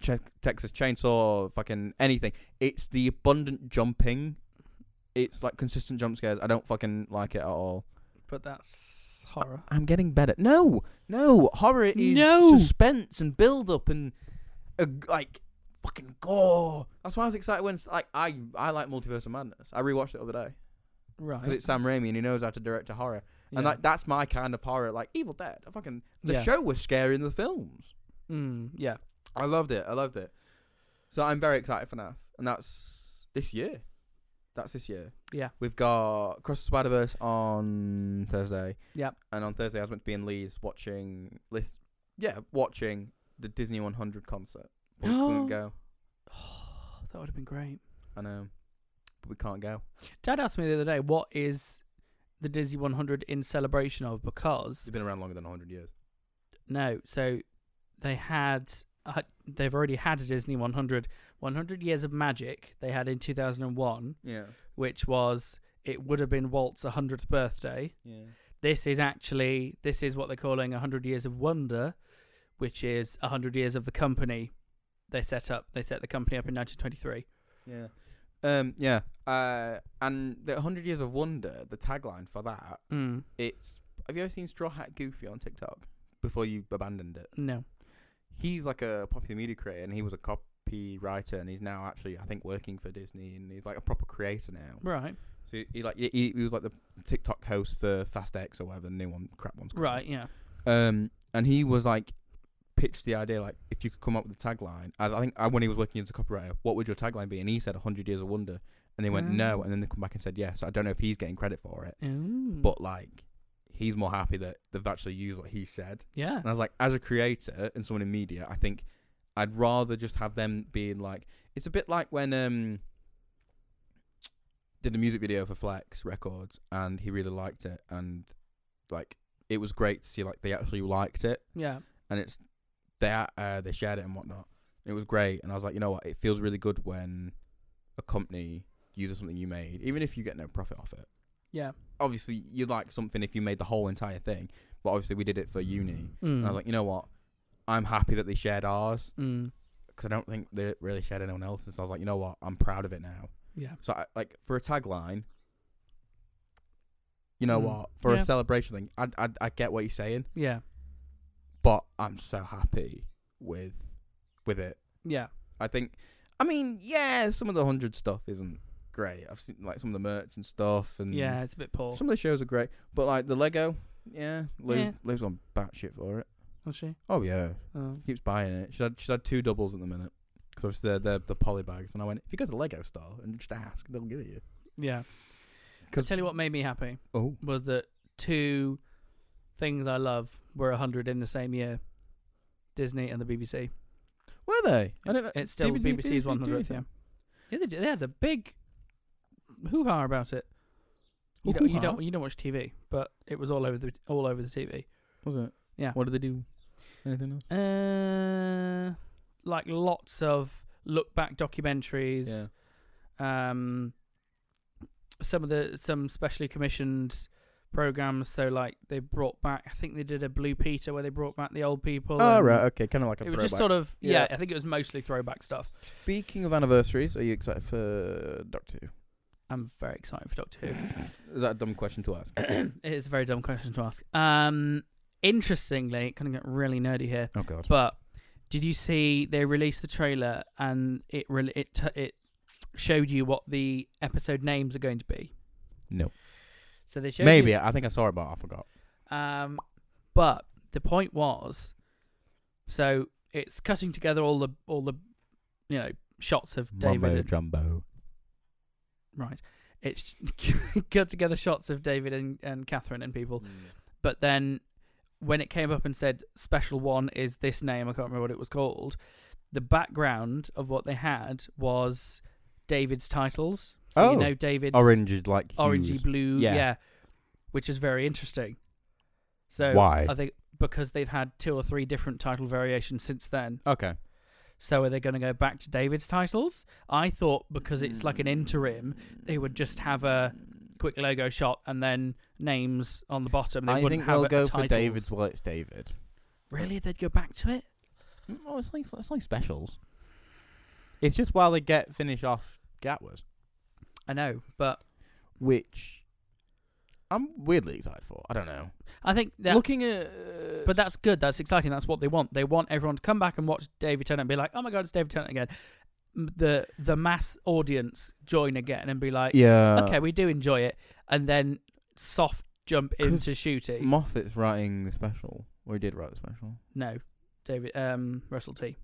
S1: Ch- Texas Chainsaw, fucking anything. It's the abundant jumping. It's like consistent jump scares. I don't fucking like it at all.
S2: But that's horror.
S1: I'm getting better. No, no, horror is
S2: No.
S1: suspense and build up and uh, like fucking gore. That's why I was excited when like I I like Multiverse of Madness. I rewatched it the other day
S2: Right.
S1: because it's Sam Raimi and he knows how to direct a horror.
S2: yeah.
S1: And like that's my kind of horror, like Evil Dead. I fucking the
S2: Yeah.
S1: show was scary in the films.
S2: Mm, yeah.
S1: I loved it. I loved it. So I'm very excited for now, and that's this year. That's this year.
S2: Yeah.
S1: We've got Cross the Spider Verse on Thursday.
S2: Yep.
S1: And on Thursday I was meant to be in Leeds watching list. Yeah, watching the Disney 100 concert. But we
S2: *gasps*
S1: couldn't go.
S2: Oh, that would have been great.
S1: I know, but we can't go.
S2: Dad asked me the other day, what is the Disney 100 in celebration of? Because,
S1: It's been around longer than 100 years.
S2: no, so they had. Uh, they've already had a Disney 100. 100 Years of Magic they had in 2001.
S1: Yeah.
S2: which was it would have been Walt's 100th birthday.
S1: Yeah.
S2: This is actually this is what they're calling 100 years of wonder, which is 100 years of the company they set up. They set the company up in 1923.
S1: Yeah. Um. Yeah. Uh. And the hundred years of wonder. The tagline for that.
S2: Mm,
S1: It's. Have you ever seen Straw Hat Goofy on TikTok? Before you abandoned it,
S2: no.
S1: he's like a popular media creator, and he was a copywriter, and he's now actually, I think, working for Disney, and he's like a proper creator now.
S2: Right.
S1: So he, he like he, he was like the TikTok host for Fast X or whatever the new one, crap one's called.
S2: Right, yeah.
S1: Um, and he was like pitched the idea like if you could come up with a tagline. I, I think uh when he was working as a copywriter, what would your tagline be? And he said hundred years of wonder, and they went
S2: Ah.
S1: no, and then they come back and said yes. I don't know if he's getting credit for it,
S2: Ooh.
S1: but like he's more happy that they've actually used what he said.
S2: yeah.
S1: And I was like, as a creator and someone in media, I think I'd rather just have them being like, it's a bit like when um did a music video for Flex Records and he really liked it and like it was great to see like they actually liked it
S2: Yeah.
S1: and it's they a- uh, they shared it and whatnot. It was great, and I was like, you know what, it feels really good when a company uses something you made, even if you get no profit off it
S2: Yeah.
S1: obviously you'd like something if you made the whole entire thing, but obviously we did it for uni.
S2: Mm.
S1: And I was like, you know what? I'm happy that they shared ours
S2: mm.
S1: because I don't think they really shared anyone else's. So I was like, you know what? I'm proud of it now.
S2: Yeah.
S1: So I, like for a tagline, you know
S2: Mm.
S1: what? For
S2: Hmm. Yeah.
S1: a celebration thing, I, I I get what you're saying,
S2: Yeah.
S1: but I'm so happy with with it.
S2: Yeah.
S1: I think, I mean, yeah, some of the hundred stuff isn't great. I've seen like some of the merch and stuff, and
S2: Yeah, it's a bit poor.
S1: some of the shows are great. But like the Lego, yeah, Lou's,
S2: Yeah.
S1: Lou's gone batshit for it.
S2: Was she?
S1: Oh yeah,
S2: Oh.
S1: keeps buying it. She's had she's had two doubles at the minute. Because they're, they're the poly bags, and I went. If you go to Lego Star and just ask, they'll give it you.
S2: Yeah. I
S1: 'Cause-
S2: tell you what made me happy
S1: Oh,
S2: was that two things I love were hundred in the same year. Disney and the BBC.
S1: were they? I don't know.
S2: It's still
S1: BBC
S2: BBC's
S1: do
S2: 100th. Yeah,
S1: anything?
S2: yeah they, did- they had a big hoo ha about it. You don't, you don't
S1: Hoo-ha?
S2: you don't watch TV, but it was all over the all over the TV.
S1: Was it?
S2: Yeah.
S1: What did they do? Anything else?
S2: Uh, like lots of look back documentaries.
S1: Yeah.
S2: um, some of the some specially commissioned programs. So like they brought back, I think they did a Blue Peter where they brought back the old people.
S1: Oh
S2: and
S1: right, okay, kind of like a
S2: um, It was just
S1: throwback.
S2: sort of yeah,
S1: Yeah.
S2: I think it was mostly throwback stuff.
S1: Speaking of anniversaries, are you excited for Doctor Who?
S2: I'm very excited for Doctor
S1: *laughs*
S2: Who.
S1: Is that a dumb question to
S2: *coughs*
S1: ask?
S2: it is a very dumb question to ask. Um, interestingly, kind of get really nerdy here,
S1: oh god.
S2: but did you see they released the trailer and it really it t- it showed you what the episode names are going to be?
S1: No.
S2: So they showed you-
S1: Maybe I think I saw it, but I forgot.
S2: Um, but the point was, so it's cutting together all the all the, you know, shots of David.
S1: Mumbo
S2: and-
S1: Jumbo.
S2: right. It's *laughs* cut together shots of David and, and Catherine and people. But then when it came up and said special one is this name, I can't remember what it was called. The background of what they had was David's titles. So
S1: Oh.
S2: you know David's
S1: Orange is like
S2: orangey
S1: hues.
S2: blue,
S1: Yeah.
S2: yeah. which is very interesting. So
S1: Why?
S2: I think because they've had two or three different title variations since then.
S1: Okay.
S2: So are they going to go back to David's titles? I thought because it's like
S1: Mm.
S2: an interim, they would just have a quick logo shot and then names on the bottom. They
S1: I
S2: wouldn't
S1: think
S2: have
S1: they'll
S2: a-
S1: go for
S2: titles.
S1: David's while it's David.
S2: Really, they'd go back to it?
S1: Oh, it's like it's like specials. It's just while they get finish off Gatwas,
S2: I know, but
S1: which I'm weirdly excited for. I don't know.
S2: I think that.
S1: Looking at, uh,
S2: but that's good. That's exciting. That's what they want. They want everyone to come back and watch David Tennant and be like, "Oh my god, it's David Tennant again." M- The the mass audience join again and be like,
S1: yeah.
S2: okay, we do enjoy it, and then soft jump
S1: 'Cause
S2: into shooting.
S1: Moffat's writing the special, or he did write the special.
S2: no, David, um, Russell T.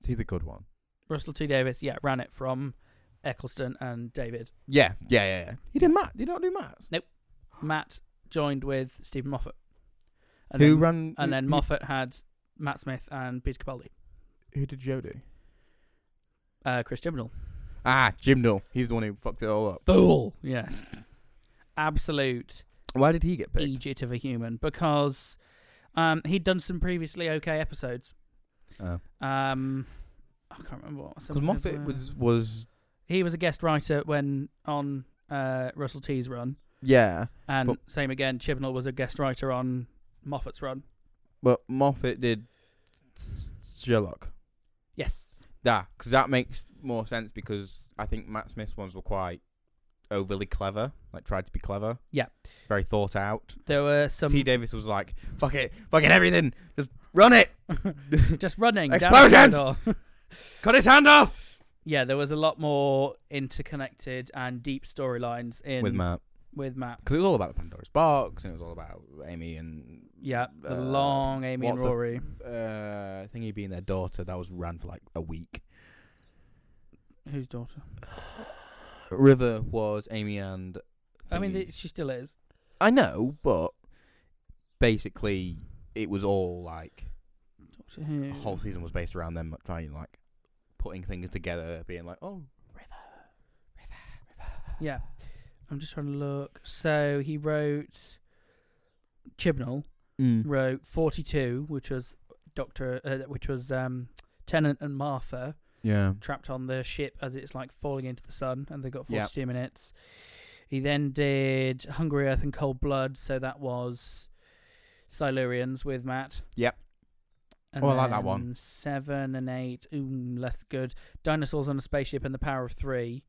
S1: Is he the good one?
S2: Russell T. Davis, yeah, ran it from Eccleston and David.
S1: Yeah, yeah, yeah. yeah. He did Matt. Did not do Matt.
S2: Matt joined with Stephen Moffat, and
S1: Who
S2: then,
S1: ran?
S2: and
S1: who-
S2: then
S1: who-
S2: Moffat had Matt Smith and Peter Capaldi,
S1: Who did Jodie?
S2: uh, Chris Chibnall.
S1: Ah, Jim Null. He's the one who fucked it all up.
S2: Fool, yes, absolute
S1: Why did he get picked?
S2: idiot of a human because um, he'd done some previously okay episodes.
S1: Oh.
S2: Um, I can't remember what
S1: Because
S2: some-
S1: Moffat
S2: uh,
S1: was was
S2: he was a guest writer when on uh, Russell T's run,
S1: yeah,
S2: and
S1: But-
S2: same again. Chibnall was a guest writer on Moffat's run.
S1: but Moffat did S- Sherlock.
S2: Yes,
S1: Yeah, because that makes more sense because I think Matt Smith's ones were quite overly clever, like tried to be clever.
S2: Yeah. Um,
S1: Very thought out.
S2: there were some
S1: T. Davis was like, "Fuck it, fucking everything, just run it,
S2: just running
S1: Explosions!
S2: Down the corridor.
S1: cut his hand off."
S2: yeah, there was a lot more interconnected and deep storylines in
S1: With Matt.
S2: with Matt.
S1: because it was all about the Pandora's box and it was all about Amy and
S2: Yeah, the
S1: uh,
S2: long Amy and
S1: lots of-
S2: Rory.
S1: uh, thingy being their daughter. That was ran for like a week.
S2: Whose daughter?
S1: River was Amy and
S2: I mean, the,
S1: thingies.
S2: she still is.
S1: I know, but basically it was all like
S2: Doctor Who.
S1: the whole season was based around them like, trying like putting things together, being like, oh,
S2: Yeah. I'm just trying to look. So he wrote Chibnall
S1: Mm.
S2: wrote 42, which was Doctor, uh, which was um, Tennant and Martha
S1: yeah,
S2: trapped on the ship as it's like falling into the sun, and they got
S1: Yeah.
S2: 42 minutes. He then did Hungry Earth and Cold Blood, so that was Silurians with Matt.
S1: Yep.
S2: And
S1: Oh, I like that
S2: then
S1: one.
S2: Seven and eight, ooh, less good. Dinosaurs on a spaceship and the Power of Three,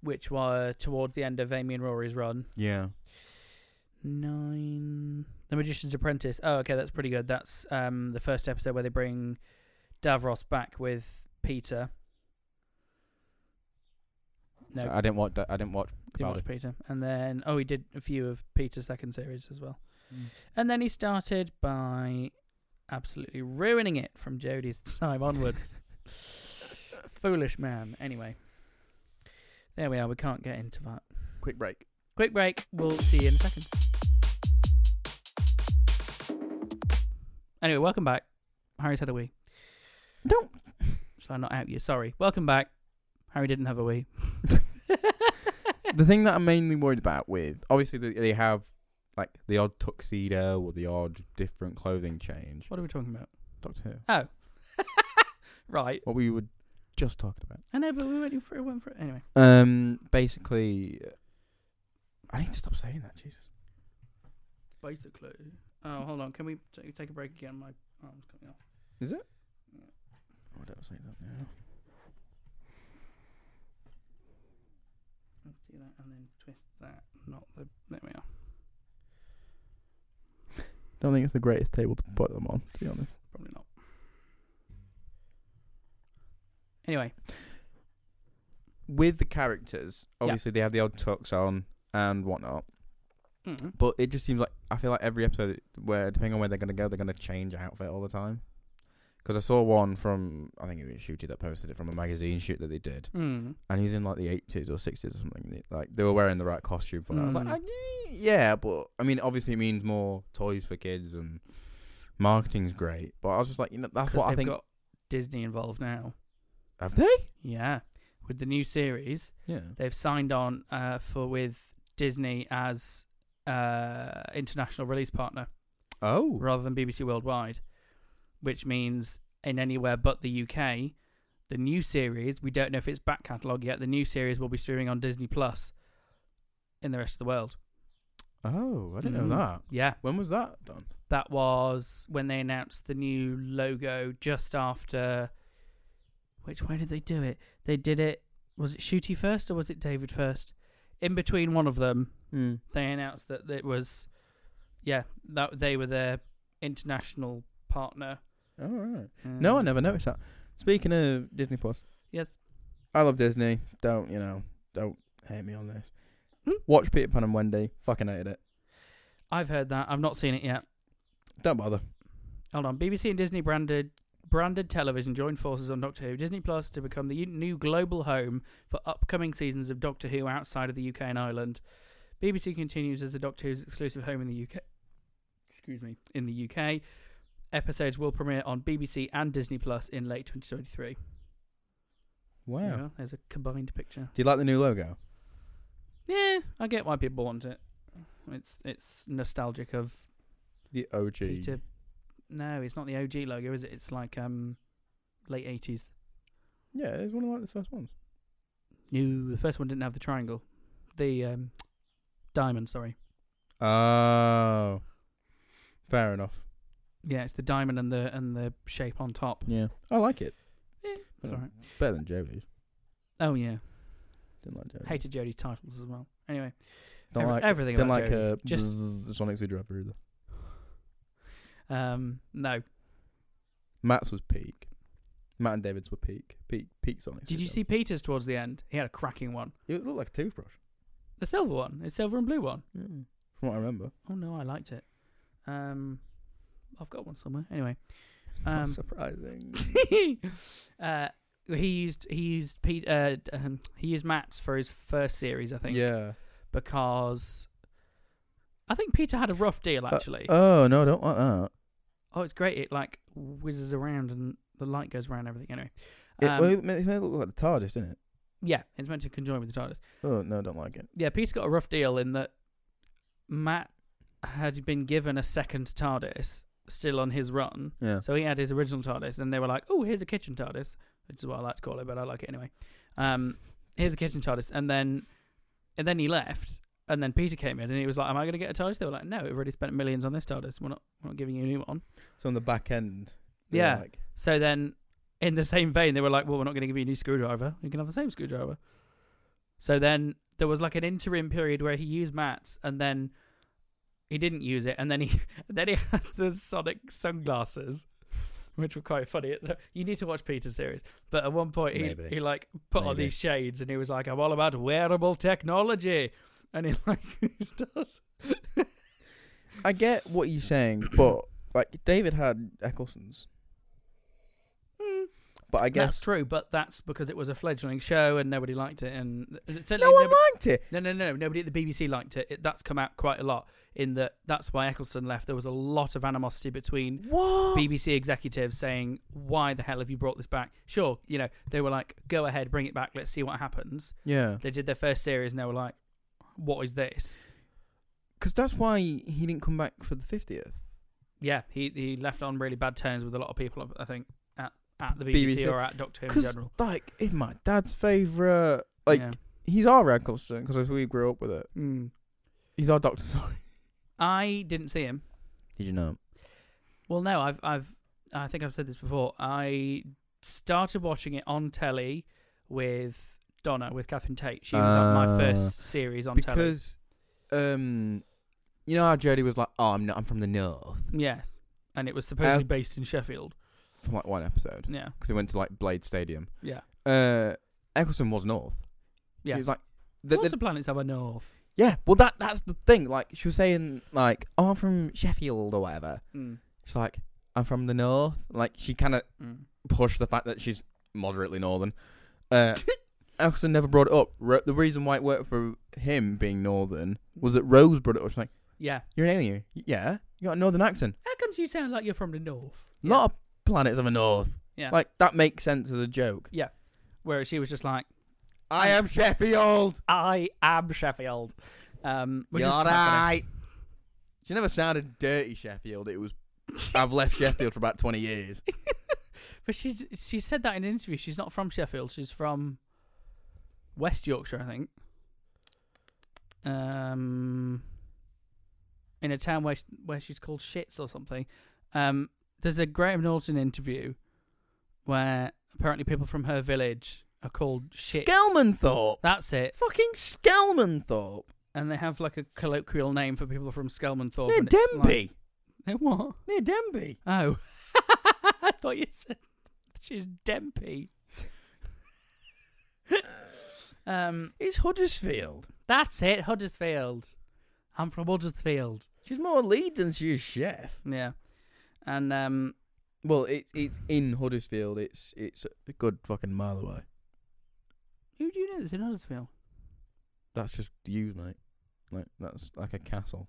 S2: which were towards the end of Amy and Rory's run.
S1: yeah.
S2: nine. The Magician's Apprentice. Oh, okay, that's pretty good. That's um the first episode where they bring Davros back with Peter. No,
S1: I didn't watch. that- I didn't watch.
S2: didn't watch
S1: Crowder.
S2: Peter, and then oh, he did a few of Peter's second series as well, and then he started by absolutely ruining it from Jodie's time onwards. Foolish man. Anyway, there we are. We can't get into that.
S1: Quick break.
S2: Quick break. We'll see you in a second. Anyway, welcome back. Harry's had a wee.
S1: Don't.
S2: So I'm not out you. Sorry. Welcome back. Harry didn't have a *laughs* wee.
S1: the thing that I'm mainly worried about with obviously they- they have like the odd tuxedo or the odd different clothing change.
S2: What are we talking about?
S1: Doctor Who.
S2: Right.
S1: What we were just talking about.
S2: I know, but we went for it. Went for it. Anyway.
S1: Um, basically, I need to stop saying that. Jesus.
S2: Basically. Oh, hold on. Can we t- take a break again? My arm's coming off.
S1: Is it? Why don't I say that now?
S2: Let's do that and then twist that. Not the. There we are.
S1: Don't think it's the greatest table to put them on. To be honest.
S2: Probably not. Anyway.
S1: With the characters, obviously they have the odd tux on and whatnot.
S2: Mm.
S1: But it just seems like I feel like every episode, where depending on where they're gonna go, they're gonna change outfit all the time. Because I saw one from I think it was Shooty that posted it from a magazine shoot that they did,
S2: Mm.
S1: and he's in like the eighties or sixties or something. and it- Like they were wearing the right costume for that. I was like,
S2: Mm.
S1: I, eh, yeah, but I mean, obviously it means more toys for kids and marketing's great. But I was just like, you know, that's
S2: Because
S1: what I
S2: they've
S1: think.
S2: got Disney involved now.
S1: Have they?
S2: Yeah, with the new series,
S1: Yeah.
S2: they've signed on uh, for with Disney as uh, international release partner
S1: Oh.
S2: rather than BBC Worldwide, which means in anywhere but the UK. The new series, we don't know if it's back catalogue yet. The new series will be streaming on Disney Plus in the rest of the world.
S1: Oh, I didn't
S2: Mhm.
S1: know that.
S2: Yeah,
S1: When was that done?
S2: that was when they announced the new logo just after. Which way did they do it? They did it. Was it Shooty first or was it David first? In between one of them,
S1: Mm.
S2: they announced that it was, yeah, that they were their international partner.
S1: Oh, all right. No, I
S2: Um,
S1: never noticed that. Speaking of Disney Plus.
S2: Yes.
S1: I love Disney. Don't you know? Don't hate me on this.
S2: Hmm?
S1: Watch Peter Pan and Wendy. Fucking hated it.
S2: I've heard that. I've not seen it yet.
S1: Don't bother.
S2: Hold on. BBC and Disney branded branded television joined forces on Doctor Who Disney Plus to become the u- new global home for upcoming seasons of Doctor Who outside of the UK and Ireland. BBC continues as the Doctor Who's exclusive home in the UK. Excuse me, in the UK. Episodes will premiere on BBC and Disney Plus in late 2023.
S1: Wow.
S2: Yeah, there's a combined picture.
S1: Do you like the new logo?
S2: Yeah, I get why people want it. It's it's nostalgic of
S1: The OG.
S2: Peter. No, it's not the OG logo, is it? It's like um late 80s.
S1: Yeah, it's one of like the first ones.
S2: No, the first one didn't have the triangle, the um, diamond. Sorry,
S1: Oh. Fair enough.
S2: yeah, it's the diamond and the and the shape on top.
S1: Yeah. I like it.
S2: Eh, It's
S1: Yeah.
S2: all right.
S1: Better than Jodie's.
S2: Oh yeah,
S1: Didn't like Jodie's.
S2: hated Jodie's titles as well. Anyway,
S1: Don't
S2: every-
S1: like.
S2: everything
S1: Didn't
S2: about
S1: like
S2: Jodie.
S1: uh,
S2: Just-
S1: bzz, Sonic Zoo Driver either.
S2: um, no.
S1: Matt's was peak. Matt and David's were peak. Peak. Peak Sonic.
S2: Did
S1: Zoo
S2: you see Peter's towards the end? He had a cracking one.
S1: Driver. It looked like a toothbrush.
S2: The silver one, it's silver and blue one.
S1: From what I remember.
S2: Oh no, I liked it. Um, I've got one somewhere. Anyway,
S1: Not
S2: um,
S1: surprising.
S2: *laughs* uh, he used he used Pete uh, d- um, he used Matt's for his first series, I think.
S1: yeah.
S2: because I think Peter had a rough deal uh,
S3: Uh,
S2: actually.
S1: Oh no, I don't like that.
S2: oh, it's great! It like whizzes around and the light goes around and everything. Anyway,
S1: It,
S2: Um,
S1: well, it ma- it's made it look like the TARDIS, isn't it?
S2: yeah, it's meant to conjoin with the TARDIS.
S1: Oh no, I don't like it.
S2: Yeah, Peter got a rough deal in that Matt had been given a second TARDIS still on his run,
S1: Yeah.
S2: so he had his original TARDIS, and they were like, "Oh, here's a kitchen TARDIS," which is what I like to call it, but I like it anyway. Um, here's a kitchen TARDIS, and then and then he left, and then Peter came in, and he was like, "Am I going to get a TARDIS?" They were like, "No, we've already spent millions on this TARDIS. We're not we're not giving you a new one."
S1: So on the back end. they were
S2: Yeah.
S1: Like,
S2: So then, in the same vein, they were like, "Well, we're not going to give you a new screwdriver. You can have the same screwdriver." So then there was like an interim period where he used Matt's, and then he didn't use it, and then he *laughs* then he had the Sonic sunglasses, which were quite funny. So you need to watch Peter's series. But at one point, he,
S3: Maybe.
S2: he like put on
S1: Maybe.
S2: these shades, and he was like, "I'm all about wearable technology," and he *laughs* like does.
S3: I get what you're saying, but like David had Eccleston's.
S2: Mm.
S3: But I
S2: that's
S3: guess
S2: true, but that's because it was a fledgling show and nobody liked it, and certainly
S3: no one
S2: nobody-
S3: liked it.
S2: No, no, no. Nobody at the BBC liked it. it. That's come out quite a lot. In that, that's why Eccleston left. There was a lot of animosity between
S3: What?
S2: BBC executives saying, "Why the hell have you brought this back?" Sure, you know they were like, "Go ahead, bring it back. Let's see what happens."
S3: Yeah,
S2: They did their first series and they were like, "What is this?"
S3: because that's why he didn't come back for the fiftieth.
S2: Yeah, he he left on really bad terms with a lot of people. I think at, at the BBC,
S3: BBC.
S2: or at Doctor Who in
S3: Because
S2: general.
S3: like it's my dad's favorite. Like
S2: Yeah.
S3: he's our Eccleston because we grew up with it.
S2: Mm.
S3: He's our
S1: *laughs*
S3: Doctor. Sorry.
S2: I didn't see him.
S3: Did you know?
S2: Well, no, I've I've I think I've said this before. I started watching it on telly with Donna with Catherine Tate. She was on my
S1: Ah.
S2: first series on telly.
S1: because, um, you know how Jodie was like, "Oh, I'm not, I'm from the north,"
S2: Yes, and it was supposedly
S1: Uh,
S2: based in Sheffield.
S1: from like one episode
S2: Yeah,
S1: because he went to like Blade Stadium.
S2: Mm. yeah,
S1: Uh, Eccleston was north.
S2: yeah.
S1: he was like, the,
S2: Lots
S1: the,
S2: of planets have a north.
S1: "Yeah, well, that that's the thing." Like she was saying, like, "Oh, I'm from Sheffield or whatever."
S2: Mm,
S1: She's like, "I'm from the north." Like she kind of
S2: mm.
S1: push the fact that she's moderately northern.
S2: *laughs*
S1: Uh, Eccleston never brought it up. Ro- the reason why it worked for him being northern was that Rose brought it up. She's like,
S2: Yeah.
S1: "You're an alien, Y- yeah? You got a northern accent.
S2: How comes you sound like you're from the north?
S1: A lot of planets of a north.
S2: Yeah.
S1: Like that makes sense as a joke.
S2: Whereas she was just like,
S1: I am Sheffield.
S2: I am Sheffield. Um, which
S1: You're
S2: is quite funny.
S1: right. She never sounded dirty Sheffield. It was I've left Sheffield for about twenty
S2: *laughs*
S1: years.
S2: But she's she said that in an interview. She's not from Sheffield. She's from West Yorkshire, I think. Um, in a town where sh- where she's called Shits or something. Um, there's a Graham Norton interview where apparently people from her village are called Shits.
S1: Skelmanthorpe.
S2: That's it.
S1: Fucking Skelmanthorpe.
S2: And they have like a colloquial name for people from Skelmanthorpe.
S1: Near
S2: and it's like-
S1: Denby.
S2: They're what? *laughs*
S1: Near Denby.
S2: Oh. *laughs* I thought you said she's Dempy. um,
S1: It's Huddersfield.
S2: that's it, Huddersfield. I'm from Huddersfield.
S1: She's more Leeds than she is Chef.
S2: Yeah. And um,
S1: Well, it's it's in Huddersfield. It's it's a good fucking mile away.
S2: who do you know that's in Huddersfield?
S1: That's just you, mate. Like that's like a castle.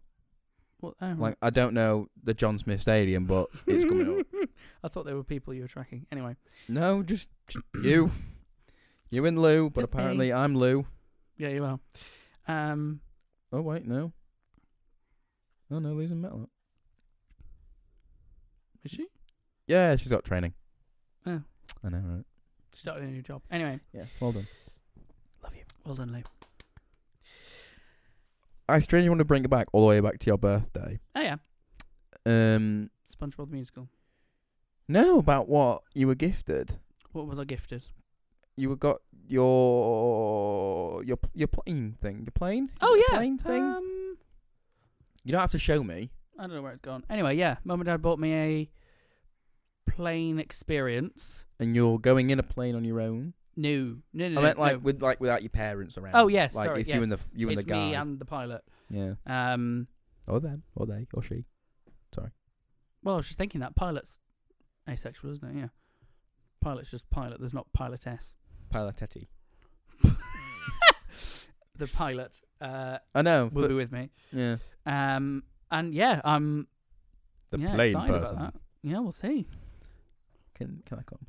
S2: What, oh,
S1: Like I don't know the John Smith Stadium, but it's coming up.
S2: *laughs* I thought they were people you were tracking. Anyway,
S1: No, just, just you, you and Lou. But
S2: Just me.
S1: apparently I'm Lou.
S2: yeah, you are. Um,
S1: Oh wait, no. Oh no, Lou's in metal.
S2: is she?
S1: Yeah, she's got training.
S2: Oh.
S1: I know, right?
S2: She started a new job. Anyway,
S1: Yeah, well done.
S2: well done, Lou.
S1: I strangely want to bring it back all the way back to your birthday.
S2: Oh, yeah.
S1: Um,
S2: SpongeBob the Musical.
S1: no, about what you were gifted.
S2: What was I gifted?
S1: you got your your your plane thing. Your plane? Is
S2: oh,
S1: it a
S2: yeah.
S1: plane thing.
S2: Um,
S1: you don't have to show me.
S2: I don't know where it's gone. Anyway, yeah, mum and dad bought me a plane experience.
S1: And you're going in a plane on your own.
S2: No, no, no.
S1: I meant
S2: no,
S1: like
S2: no.
S1: with like without your parents around.
S2: Oh, yes,
S1: like
S2: sorry,
S1: it's
S2: yes.
S1: you and the you and
S2: it's
S1: the guy.
S2: me and the pilot.
S1: yeah,
S2: Um,
S1: or them, or they, or she.
S2: well, I was just thinking that pilot's asexual, isn't it? Yeah, pilot's just pilot. There's not pilotess.
S1: Pilotetti.
S2: The pilot uh,
S1: I know.
S2: will
S1: but-
S2: be with me.
S1: yeah,
S2: Um, and yeah, I'm
S1: the
S2: yeah,
S1: plane
S2: excited
S1: person.
S2: About that. Yeah, we'll see.
S1: Can can I come?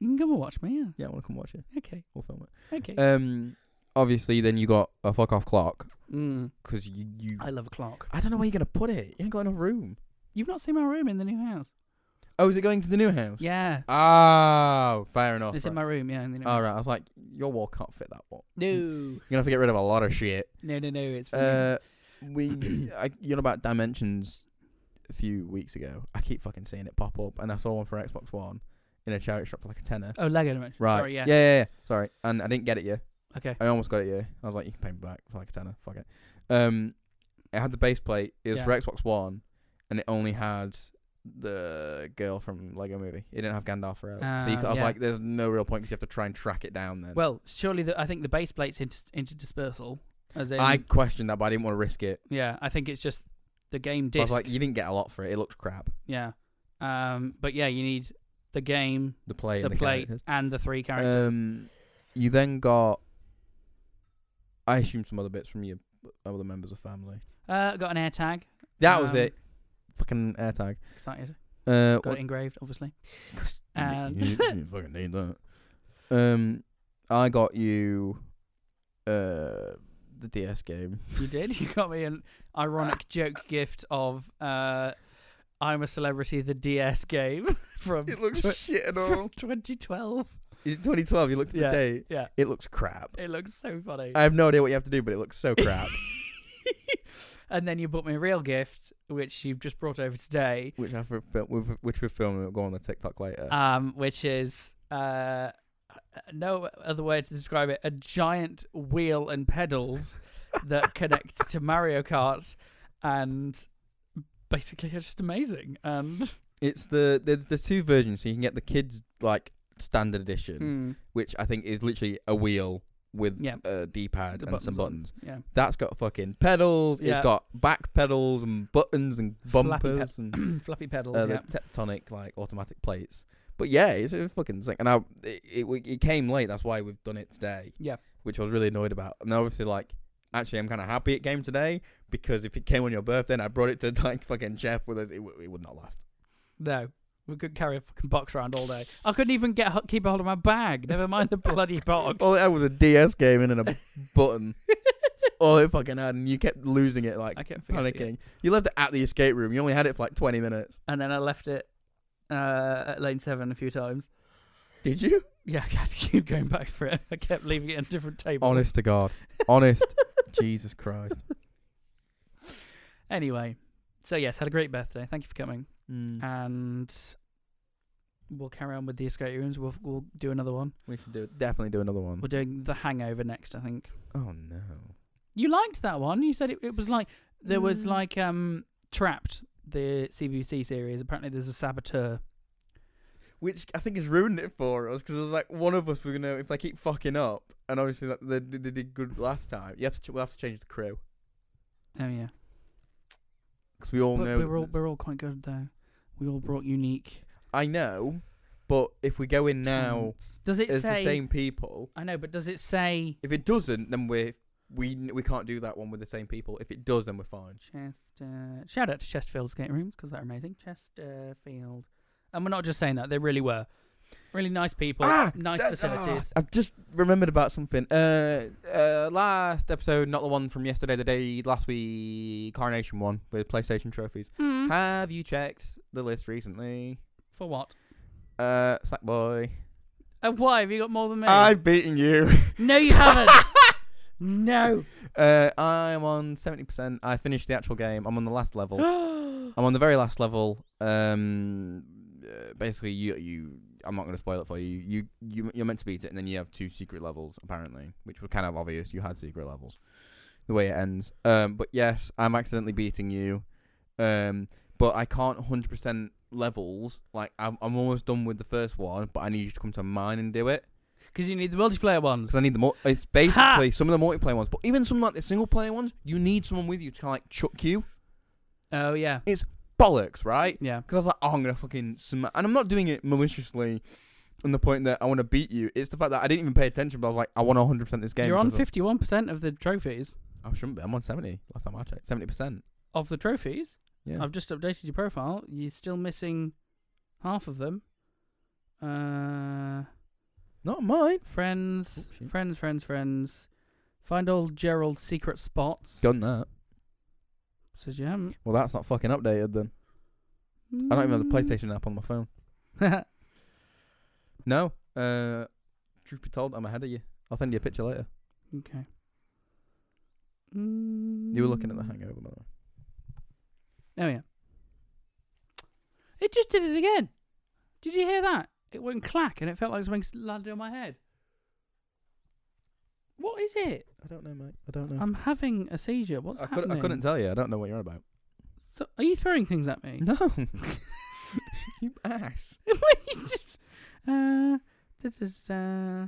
S2: You can come and watch me. Yeah.
S1: Yeah, I want to come watch it.
S2: Okay.
S1: We'll film it.
S2: Okay.
S1: Um, obviously, then you got a fuck off clock
S2: mm,
S1: because you you.
S2: I love a clock.
S1: I don't know where you're gonna put it. You ain't got enough room.
S2: You've not seen my room in the new house.
S1: Oh, is it going to the new house?
S2: Yeah,
S1: Oh, fair enough.
S2: it's
S1: right.
S2: in my room. Yeah, in the new
S1: All
S2: house.
S1: right, I was like, your wall can't fit that one.
S2: No.
S1: You're gonna have to get rid of a lot of shit.
S2: No, no, no. It's fine.
S1: Uh,
S2: *clears throat*
S1: we, I, you know about dimensions a few weeks ago. I keep fucking seeing it pop up, and I saw one for Xbox One in a charity shop for like a tenner.
S2: oh Lego Dimension.
S1: Right.
S2: Sorry, yeah.
S1: Yeah, yeah, yeah. Sorry, and I didn't get it. Yeah,
S2: Okay.
S1: I almost got it. Yeah, I was like, you can pay me back for like a tenner. Fuck it. Um, It had the base plate. It was
S2: Yeah.
S1: for Xbox One, and it only had the girl from Lego Movie. It didn't have Gandalf forever. so you,
S2: Ah,
S1: c- I was
S2: yeah.
S1: like, "There's no real point because you have to try and track it down." Then
S2: Well, surely the, I think the base plate's inter- interdispersal. As in,
S1: I questioned that, but I didn't want to risk it.
S2: yeah, I think it's just the game
S1: But I was
S2: disc.
S1: like, "You didn't get a lot for it. It looked crap."
S2: yeah, um, but yeah, you need the game,
S1: The play,
S2: the,
S1: and the
S2: plate,
S1: characters.
S2: and the three characters.
S1: Um, you then got, I assume, some other bits from your other members of family.
S2: uh, got an air tag.
S1: That was
S2: Um,
S1: it. Fucking air tag.
S2: Excited.
S1: Uh,
S2: Got
S1: what-
S2: it engraved, obviously.
S1: You-
S2: And-
S1: you,
S2: *laughs*
S1: you fucking need that. Um, I got you, uh, the DS game.
S2: You did. *laughs* You got me an
S1: *laughs*
S2: ironic joke gift of uh, "I'm a Celebrity" the DS game *laughs* from *laughs* tw-
S1: shit and
S2: from 2012.
S1: It's 2012. You looked at
S2: Yeah.
S1: the date.
S2: Yeah,
S1: It looks crap.
S2: it looks so funny.
S1: I have no idea what you have to do, but it looks so Oh, crap.
S2: *laughs* and then you bought me a real gift, which you've just brought over today,
S1: which I fil- fil- with- which we're filming. It'll go on the TikTok later.
S2: um, which is uh, no other way to describe it: a giant wheel and pedals
S1: *laughs*
S2: that connect to Mario Kart, and basically are just amazing. And
S1: it's the there's there's two versions, so you can get the kids like standard edition,
S2: mm,
S1: which I think is literally a wheel with
S2: Yeah.
S1: a D-pad
S2: the
S1: and some
S2: on.
S1: buttons.
S2: Yeah. *clears throat*
S1: That's got fucking pedals. It's
S2: Yeah.
S1: got back pedals and buttons and
S2: Flappy
S1: bumpers
S2: *coughs*
S1: and
S2: fluffy pedals.
S1: uh,
S2: yeah.
S1: the tectonic like automatic plates. But yeah, it's a fucking thing. And I, it, it, w- it came late. That's why we've done it today.
S2: Yeah.
S1: which I was really annoyed about. And obviously, like, actually, I'm kind of happy it came today because if it came on your birthday and I brought it to *laughs* like fucking Jeff with us, it, w- it would not last.
S2: no, we could carry a fucking box around all day. I couldn't even get keep a hold of my bag.
S1: *laughs*
S2: Never mind the bloody box.
S1: All it had was a DS game and then a button. All it fucking had, and you kept losing it, like
S2: *laughs* I kept forgetting. it.
S1: panicking. You left it at the escape room. You only had it for like 20 minutes.
S2: And then I left it uh, at lane seven a few times.
S1: Did you?
S2: Yeah, *laughs* I had to keep going back for it. I kept leaving it on different tables. *laughs*
S1: Honest to God. Honest. Jesus Christ.
S2: Anyway, so yes, had a great birthday. Thank you for coming, Uh,
S1: Mm.
S2: and we'll carry on with the escape rooms. We'll we'll do another one.
S1: We should do definitely do another one.
S2: We're doing the Hangover next, I think.
S1: Oh no.
S2: You liked that one. You said it, it was like there was
S1: Mm.
S2: like um Trapped, the CBC series. Apparently, there's a saboteur.
S1: Which I think has ruined it for us because it was like one of us was gonna if they keep fucking up and obviously like, they, did- they did good last time. You have to ch- we'll have to change the crew
S2: Oh yeah,
S1: because we all
S2: but
S1: know.
S2: we're all
S1: that
S2: we're all quite good though. We all brought unique.
S1: I know, but if we go in now
S2: talents. does it
S1: as
S2: say?
S1: the same people,
S2: I know, but does it say
S1: if it doesn't, then we're we we can't do that one with the same people. If it does, then we're fine.
S2: Chester? Shout out to Chesterfield skate rooms because they're amazing. Chesterfield, and we're not just saying that; they really were really nice people, nice
S1: Ah! that-
S2: facilities.
S1: ah, I've just remembered about something. Uh, uh, last episode, not the one from yesterday, the day last week, Coronation one with PlayStation trophies.
S2: Hmm.
S1: Have you checked the list recently?
S2: For what?
S1: Uh, Sackboy.
S2: Uh, why have you got more than me?
S1: I've beaten you. *laughs*
S2: No, you haven't. no. *gasps*
S1: uh, I'm on 70%. I finished the actual game. I'm on the last
S2: *gasps*
S1: level. *gasps* I'm on the very last level. Um, uh, basically, you you. I'm not going to spoil it for you. You you you're meant to beat it, and then you have two secret levels apparently, which were kind of obvious. You had secret levels, the way it ends. Um, but yes, I'm accidentally beating you. Um, but I can't 100% levels. Like I'm I'm almost done with the first one, but I need you to come to mine and do it
S2: Because you need the multiplayer ones.
S1: because I need the. Mul- it's basically some of the multiplayer ones, but even some like the single player ones, you need someone with you to kind of like chuck you
S2: Oh yeah,
S1: bollocks, right?
S2: yeah.
S1: Because I was like, oh, I'm gonna fucking sm-. and I'm not doing it maliciously. On the point that I want to beat you, it's the fact that I didn't even pay attention. But I was like, I want 100 percent this game.
S2: You're on
S1: because of-
S2: fifty-one percent of the trophies.
S1: I shouldn't be. I'm on 70. Last time I checked, 70 percent.
S2: Of the trophies,
S1: Yeah.
S2: I've just updated your profile. You're still missing half of them. Uh,
S1: Not mine.
S2: friends,
S1: Oh, shit.
S2: friends, friends, friends. Find old Gerald's secret spots.
S1: Done that.
S2: Says you haven't.
S1: Well, that's not fucking updated then. I don't even have the
S2: Mm.
S1: PlayStation app on my phone.
S2: *laughs* PlayStation.
S1: No. Uh, truth be told, I'm ahead of you. I'll send you a picture later.
S2: okay.
S1: You were looking at the Hangover, by the way.
S2: Oh yeah. It just did it again. Did you hear that? It went clack and it felt like something s- landed on my head. What is it?
S3: I don't know, mate. I don't know.
S2: I'm having a seizure. What's
S1: I, could,
S2: happening?
S1: I couldn't tell you. I don't know what you're on about.
S2: So, are you throwing things at me?
S1: No. *laughs* you ass.
S2: You just- uh, this is, uh,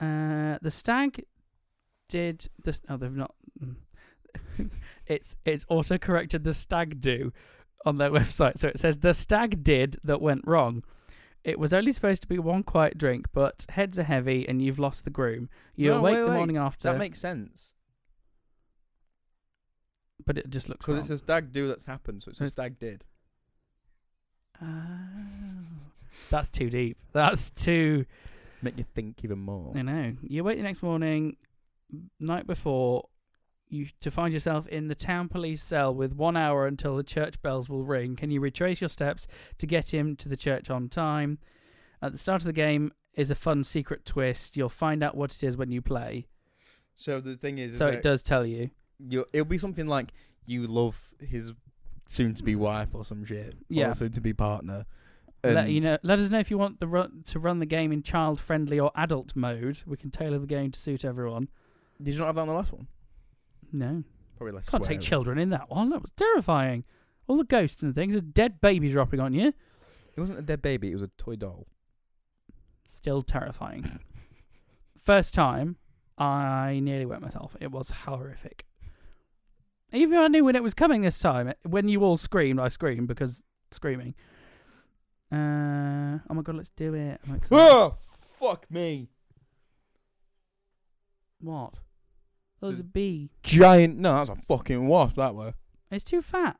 S2: uh, the stag did the. Oh, they've not. mm. *laughs* it's it's auto corrected the stag do on their *laughs* website, so it says the stag did that went wrong. It was only supposed to be one quiet drink, but heads are heavy and you've lost the groom. You
S1: No,
S2: awake
S1: wait,
S2: the
S1: wait.
S2: morning after,
S1: That makes sense.
S2: but it just looks.
S1: Because
S2: wrong.
S1: it's a stag do that's happened, so it's a
S2: It's-
S1: stag did.
S2: Oh. That's too deep. That's too.
S1: *sighs* Make you think even more.
S2: I know. You wait the next morning, night before, you to find yourself in the town police cell with one hour until the church bells will ring. Can you retrace your steps to get him to the church on time? At the start of the game is a fun secret twist. You'll find out what it is when you play.
S1: So the thing is, is
S2: so
S1: that
S2: it does tell you.
S1: you it'll be something like you love his soon-to-be wife or some shit,
S2: Mm. Yeah.
S1: or soon-to-be partner.
S2: Let
S1: and-
S2: you know. Let us know if you want the run, to run the game in child-friendly or adult mode. We can tailor the game to suit everyone.
S1: Did you not have that on the last one?
S2: No.
S1: Probably less.
S2: Can't take
S1: swearing.
S2: children in that one. That was terrifying. All the ghosts and things, a dead baby dropping on you.
S1: It wasn't a dead baby. It was a toy
S2: *laughs*
S1: doll.
S2: Still terrifying. First time, I nearly wet myself. It was horrific. Even though I knew when it was coming this time, when you all screamed, I screamed because screaming. Uh, oh my god, let's do it. I'm excited.
S1: Oh, fuck me!
S2: What? That was a bee.
S1: Giant. No, that's a fucking wasp. That were.
S2: It's too fat.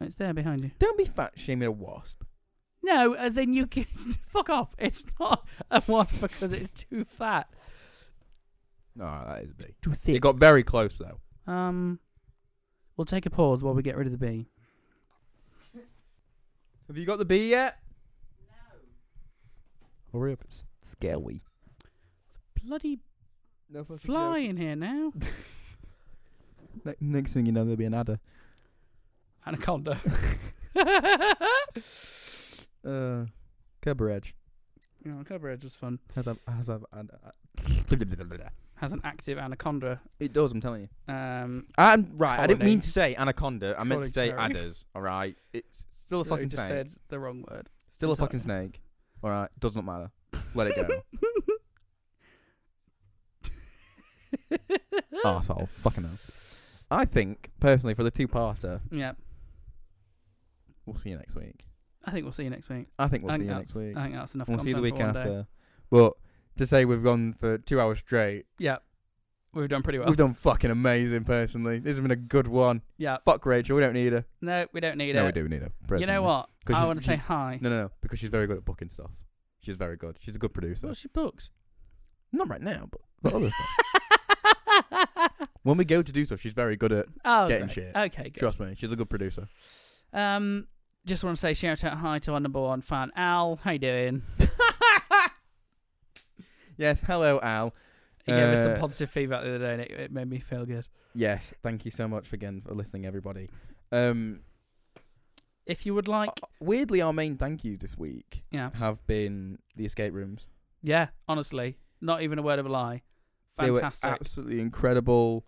S2: It's there behind you.
S1: Don't be fat shaming a wasp.
S2: No, as in you *laughs* can fuck off. It's not a wasp because it's too fat.
S1: No, that is a bee.
S2: Too
S1: It
S2: thick.
S1: got very close though.
S2: Um, we'll take a pause while we get rid of the bee.
S1: Have you got the bee yet? No. Hurry up! It's scary.
S2: Bloody
S1: No
S2: fly in here
S1: *laughs*
S2: now.
S1: Next thing you know, there'll be an adder. *laughs*
S2: Anaconda.
S1: Uh, Kerber Edge
S2: oh, Cobra Edge was fun.
S1: has a has a.
S2: Has an active anaconda.
S1: *laughs* It does. I'm telling you.
S2: Um,
S1: I'm right. I didn't mean
S2: Colony.
S1: to say anaconda. I meant to
S2: Colony
S1: say
S2: snake.
S1: adders. All right. It's still a
S2: so
S1: fucking
S2: just
S1: snake.
S2: said the wrong word.
S1: *laughs* still a
S2: entirely.
S1: fucking snake. All right. Does not matter. Let it
S2: *laughs*
S1: go. Arsehole. Fucking hell. I think personally for the two-parter,
S2: Yeah,
S1: we'll see you next week.
S2: I think we'll see you next week.
S1: I think we'll
S2: I
S1: see
S2: think
S1: you next
S2: that's-
S1: week.
S2: I think that's enough.
S1: We'll see you the week
S2: content for one day.
S1: after. But to say we've gone for two hours straight,
S2: Yeah, we've done pretty well.
S1: we've done fucking amazing. Personally, this has been a good one.
S2: yeah,
S1: Fuck Rachel. We don't need her.
S2: no, we don't need
S1: No,
S2: it.
S1: we do need her.
S2: You know
S1: personally.
S2: what?
S1: 'Cause
S2: I
S1: she's-
S2: want to say hi.
S1: No, no, no, because she's very good at booking stuff. She's very good. She's a good producer.
S2: Well, she booked.
S1: Not right now, but, but other *laughs* stuff. When we go to do stuff, she's very good at.
S2: *laughs* oh,
S1: Getting
S2: great.
S1: shit.
S2: Okay, good.
S1: Trust me, she's a good producer.
S2: Um, just want to say shout out hi to our number one fan, Al. How
S1: *laughs*
S2: you doing?
S1: yes, hello, Al.
S2: He gave us some
S1: Uh,
S2: positive feedback the other day, and it, it made me feel good.
S1: Yes, thank you so much again for listening, everybody. Um,
S2: If you would like,
S1: uh, weirdly, our main thank yous this week
S2: yeah,
S1: have been the escape rooms.
S2: yeah. Honestly, not even a word of a lie.
S1: They
S2: Fantastic.
S1: were absolutely incredible.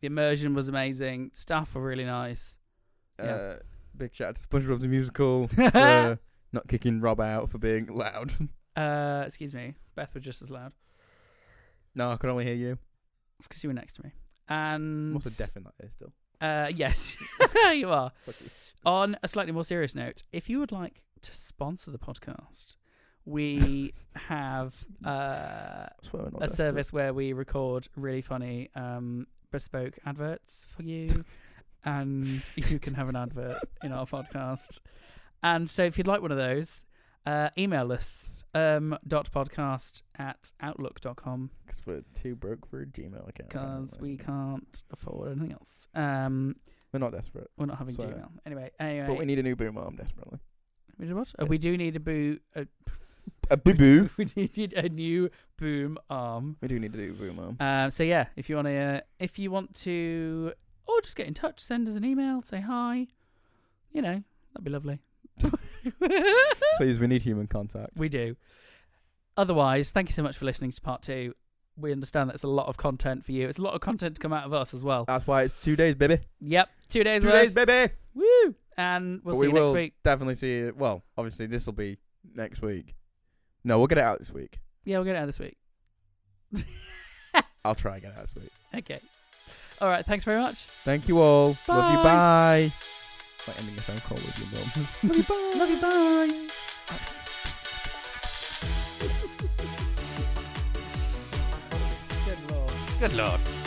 S2: the immersion was amazing. Staff were
S1: *laughs*
S2: really nice.
S1: Uh,
S2: Yeah.
S1: big shout out to SpongeBob the
S2: *laughs*
S1: Musical
S2: uh,
S1: for not kicking Rob out for being loud. *laughs* Uh,
S2: excuse me, Beth was just as loud.
S1: no, I can only hear you.
S2: It's because you were next to me. And
S1: What's a deaf in that ear still?
S2: uh, yes, *laughs* you are.
S1: Fuck you.
S2: On a slightly more serious note, if you would like to sponsor the podcast,
S1: *laughs*
S2: we have uh,
S1: I swear we're not
S2: a
S1: desperate.
S2: service where we record really funny um, bespoke adverts for
S1: *laughs*
S2: you, and you can have an advert in our podcast. And so, if you'd like one of those, uh, email us um, dot podcast at outlook.com
S1: Because we're too broke for a Gmail account.
S2: because
S1: apparently.
S2: we can't afford anything else. Um,
S1: We're not desperate,
S2: we're not having
S1: So-
S2: Gmail anyway. Anyway,
S1: but we need a new boom arm desperately.
S2: we did what? Oh, we do need a boo. A,
S1: A boo boo.
S2: *laughs* we need a new boom arm.
S1: we do need a new boom arm.
S2: Um, so yeah, if you want to, uh, if you want to, or just get in touch, send us an email, say hi. You know, that'd be lovely. *laughs*
S1: Please, we need human contact.
S2: we do. Otherwise, thank you so much for listening to part two. we understand that it's a lot of content for you. It's a lot of content to come out of us as well.
S1: That's why it's two days, baby.
S2: Yep, two days
S4: Two
S2: worth.
S4: days, baby.
S2: Woo! And we'll
S1: but we
S2: see you
S1: will
S2: next week.
S1: definitely see it. Well, obviously this will be next week. No, we'll get it out this week.
S2: Yeah, we'll get it out this week. *laughs*
S1: I'll try and get it out this week.
S2: okay. All right. Thanks very much.
S1: Thank you all. Love you.
S2: Bye.
S1: Bye. Like ending a phone call with your mum. *laughs* Love you. Bye.
S2: Love you. Bye.
S4: Good lord.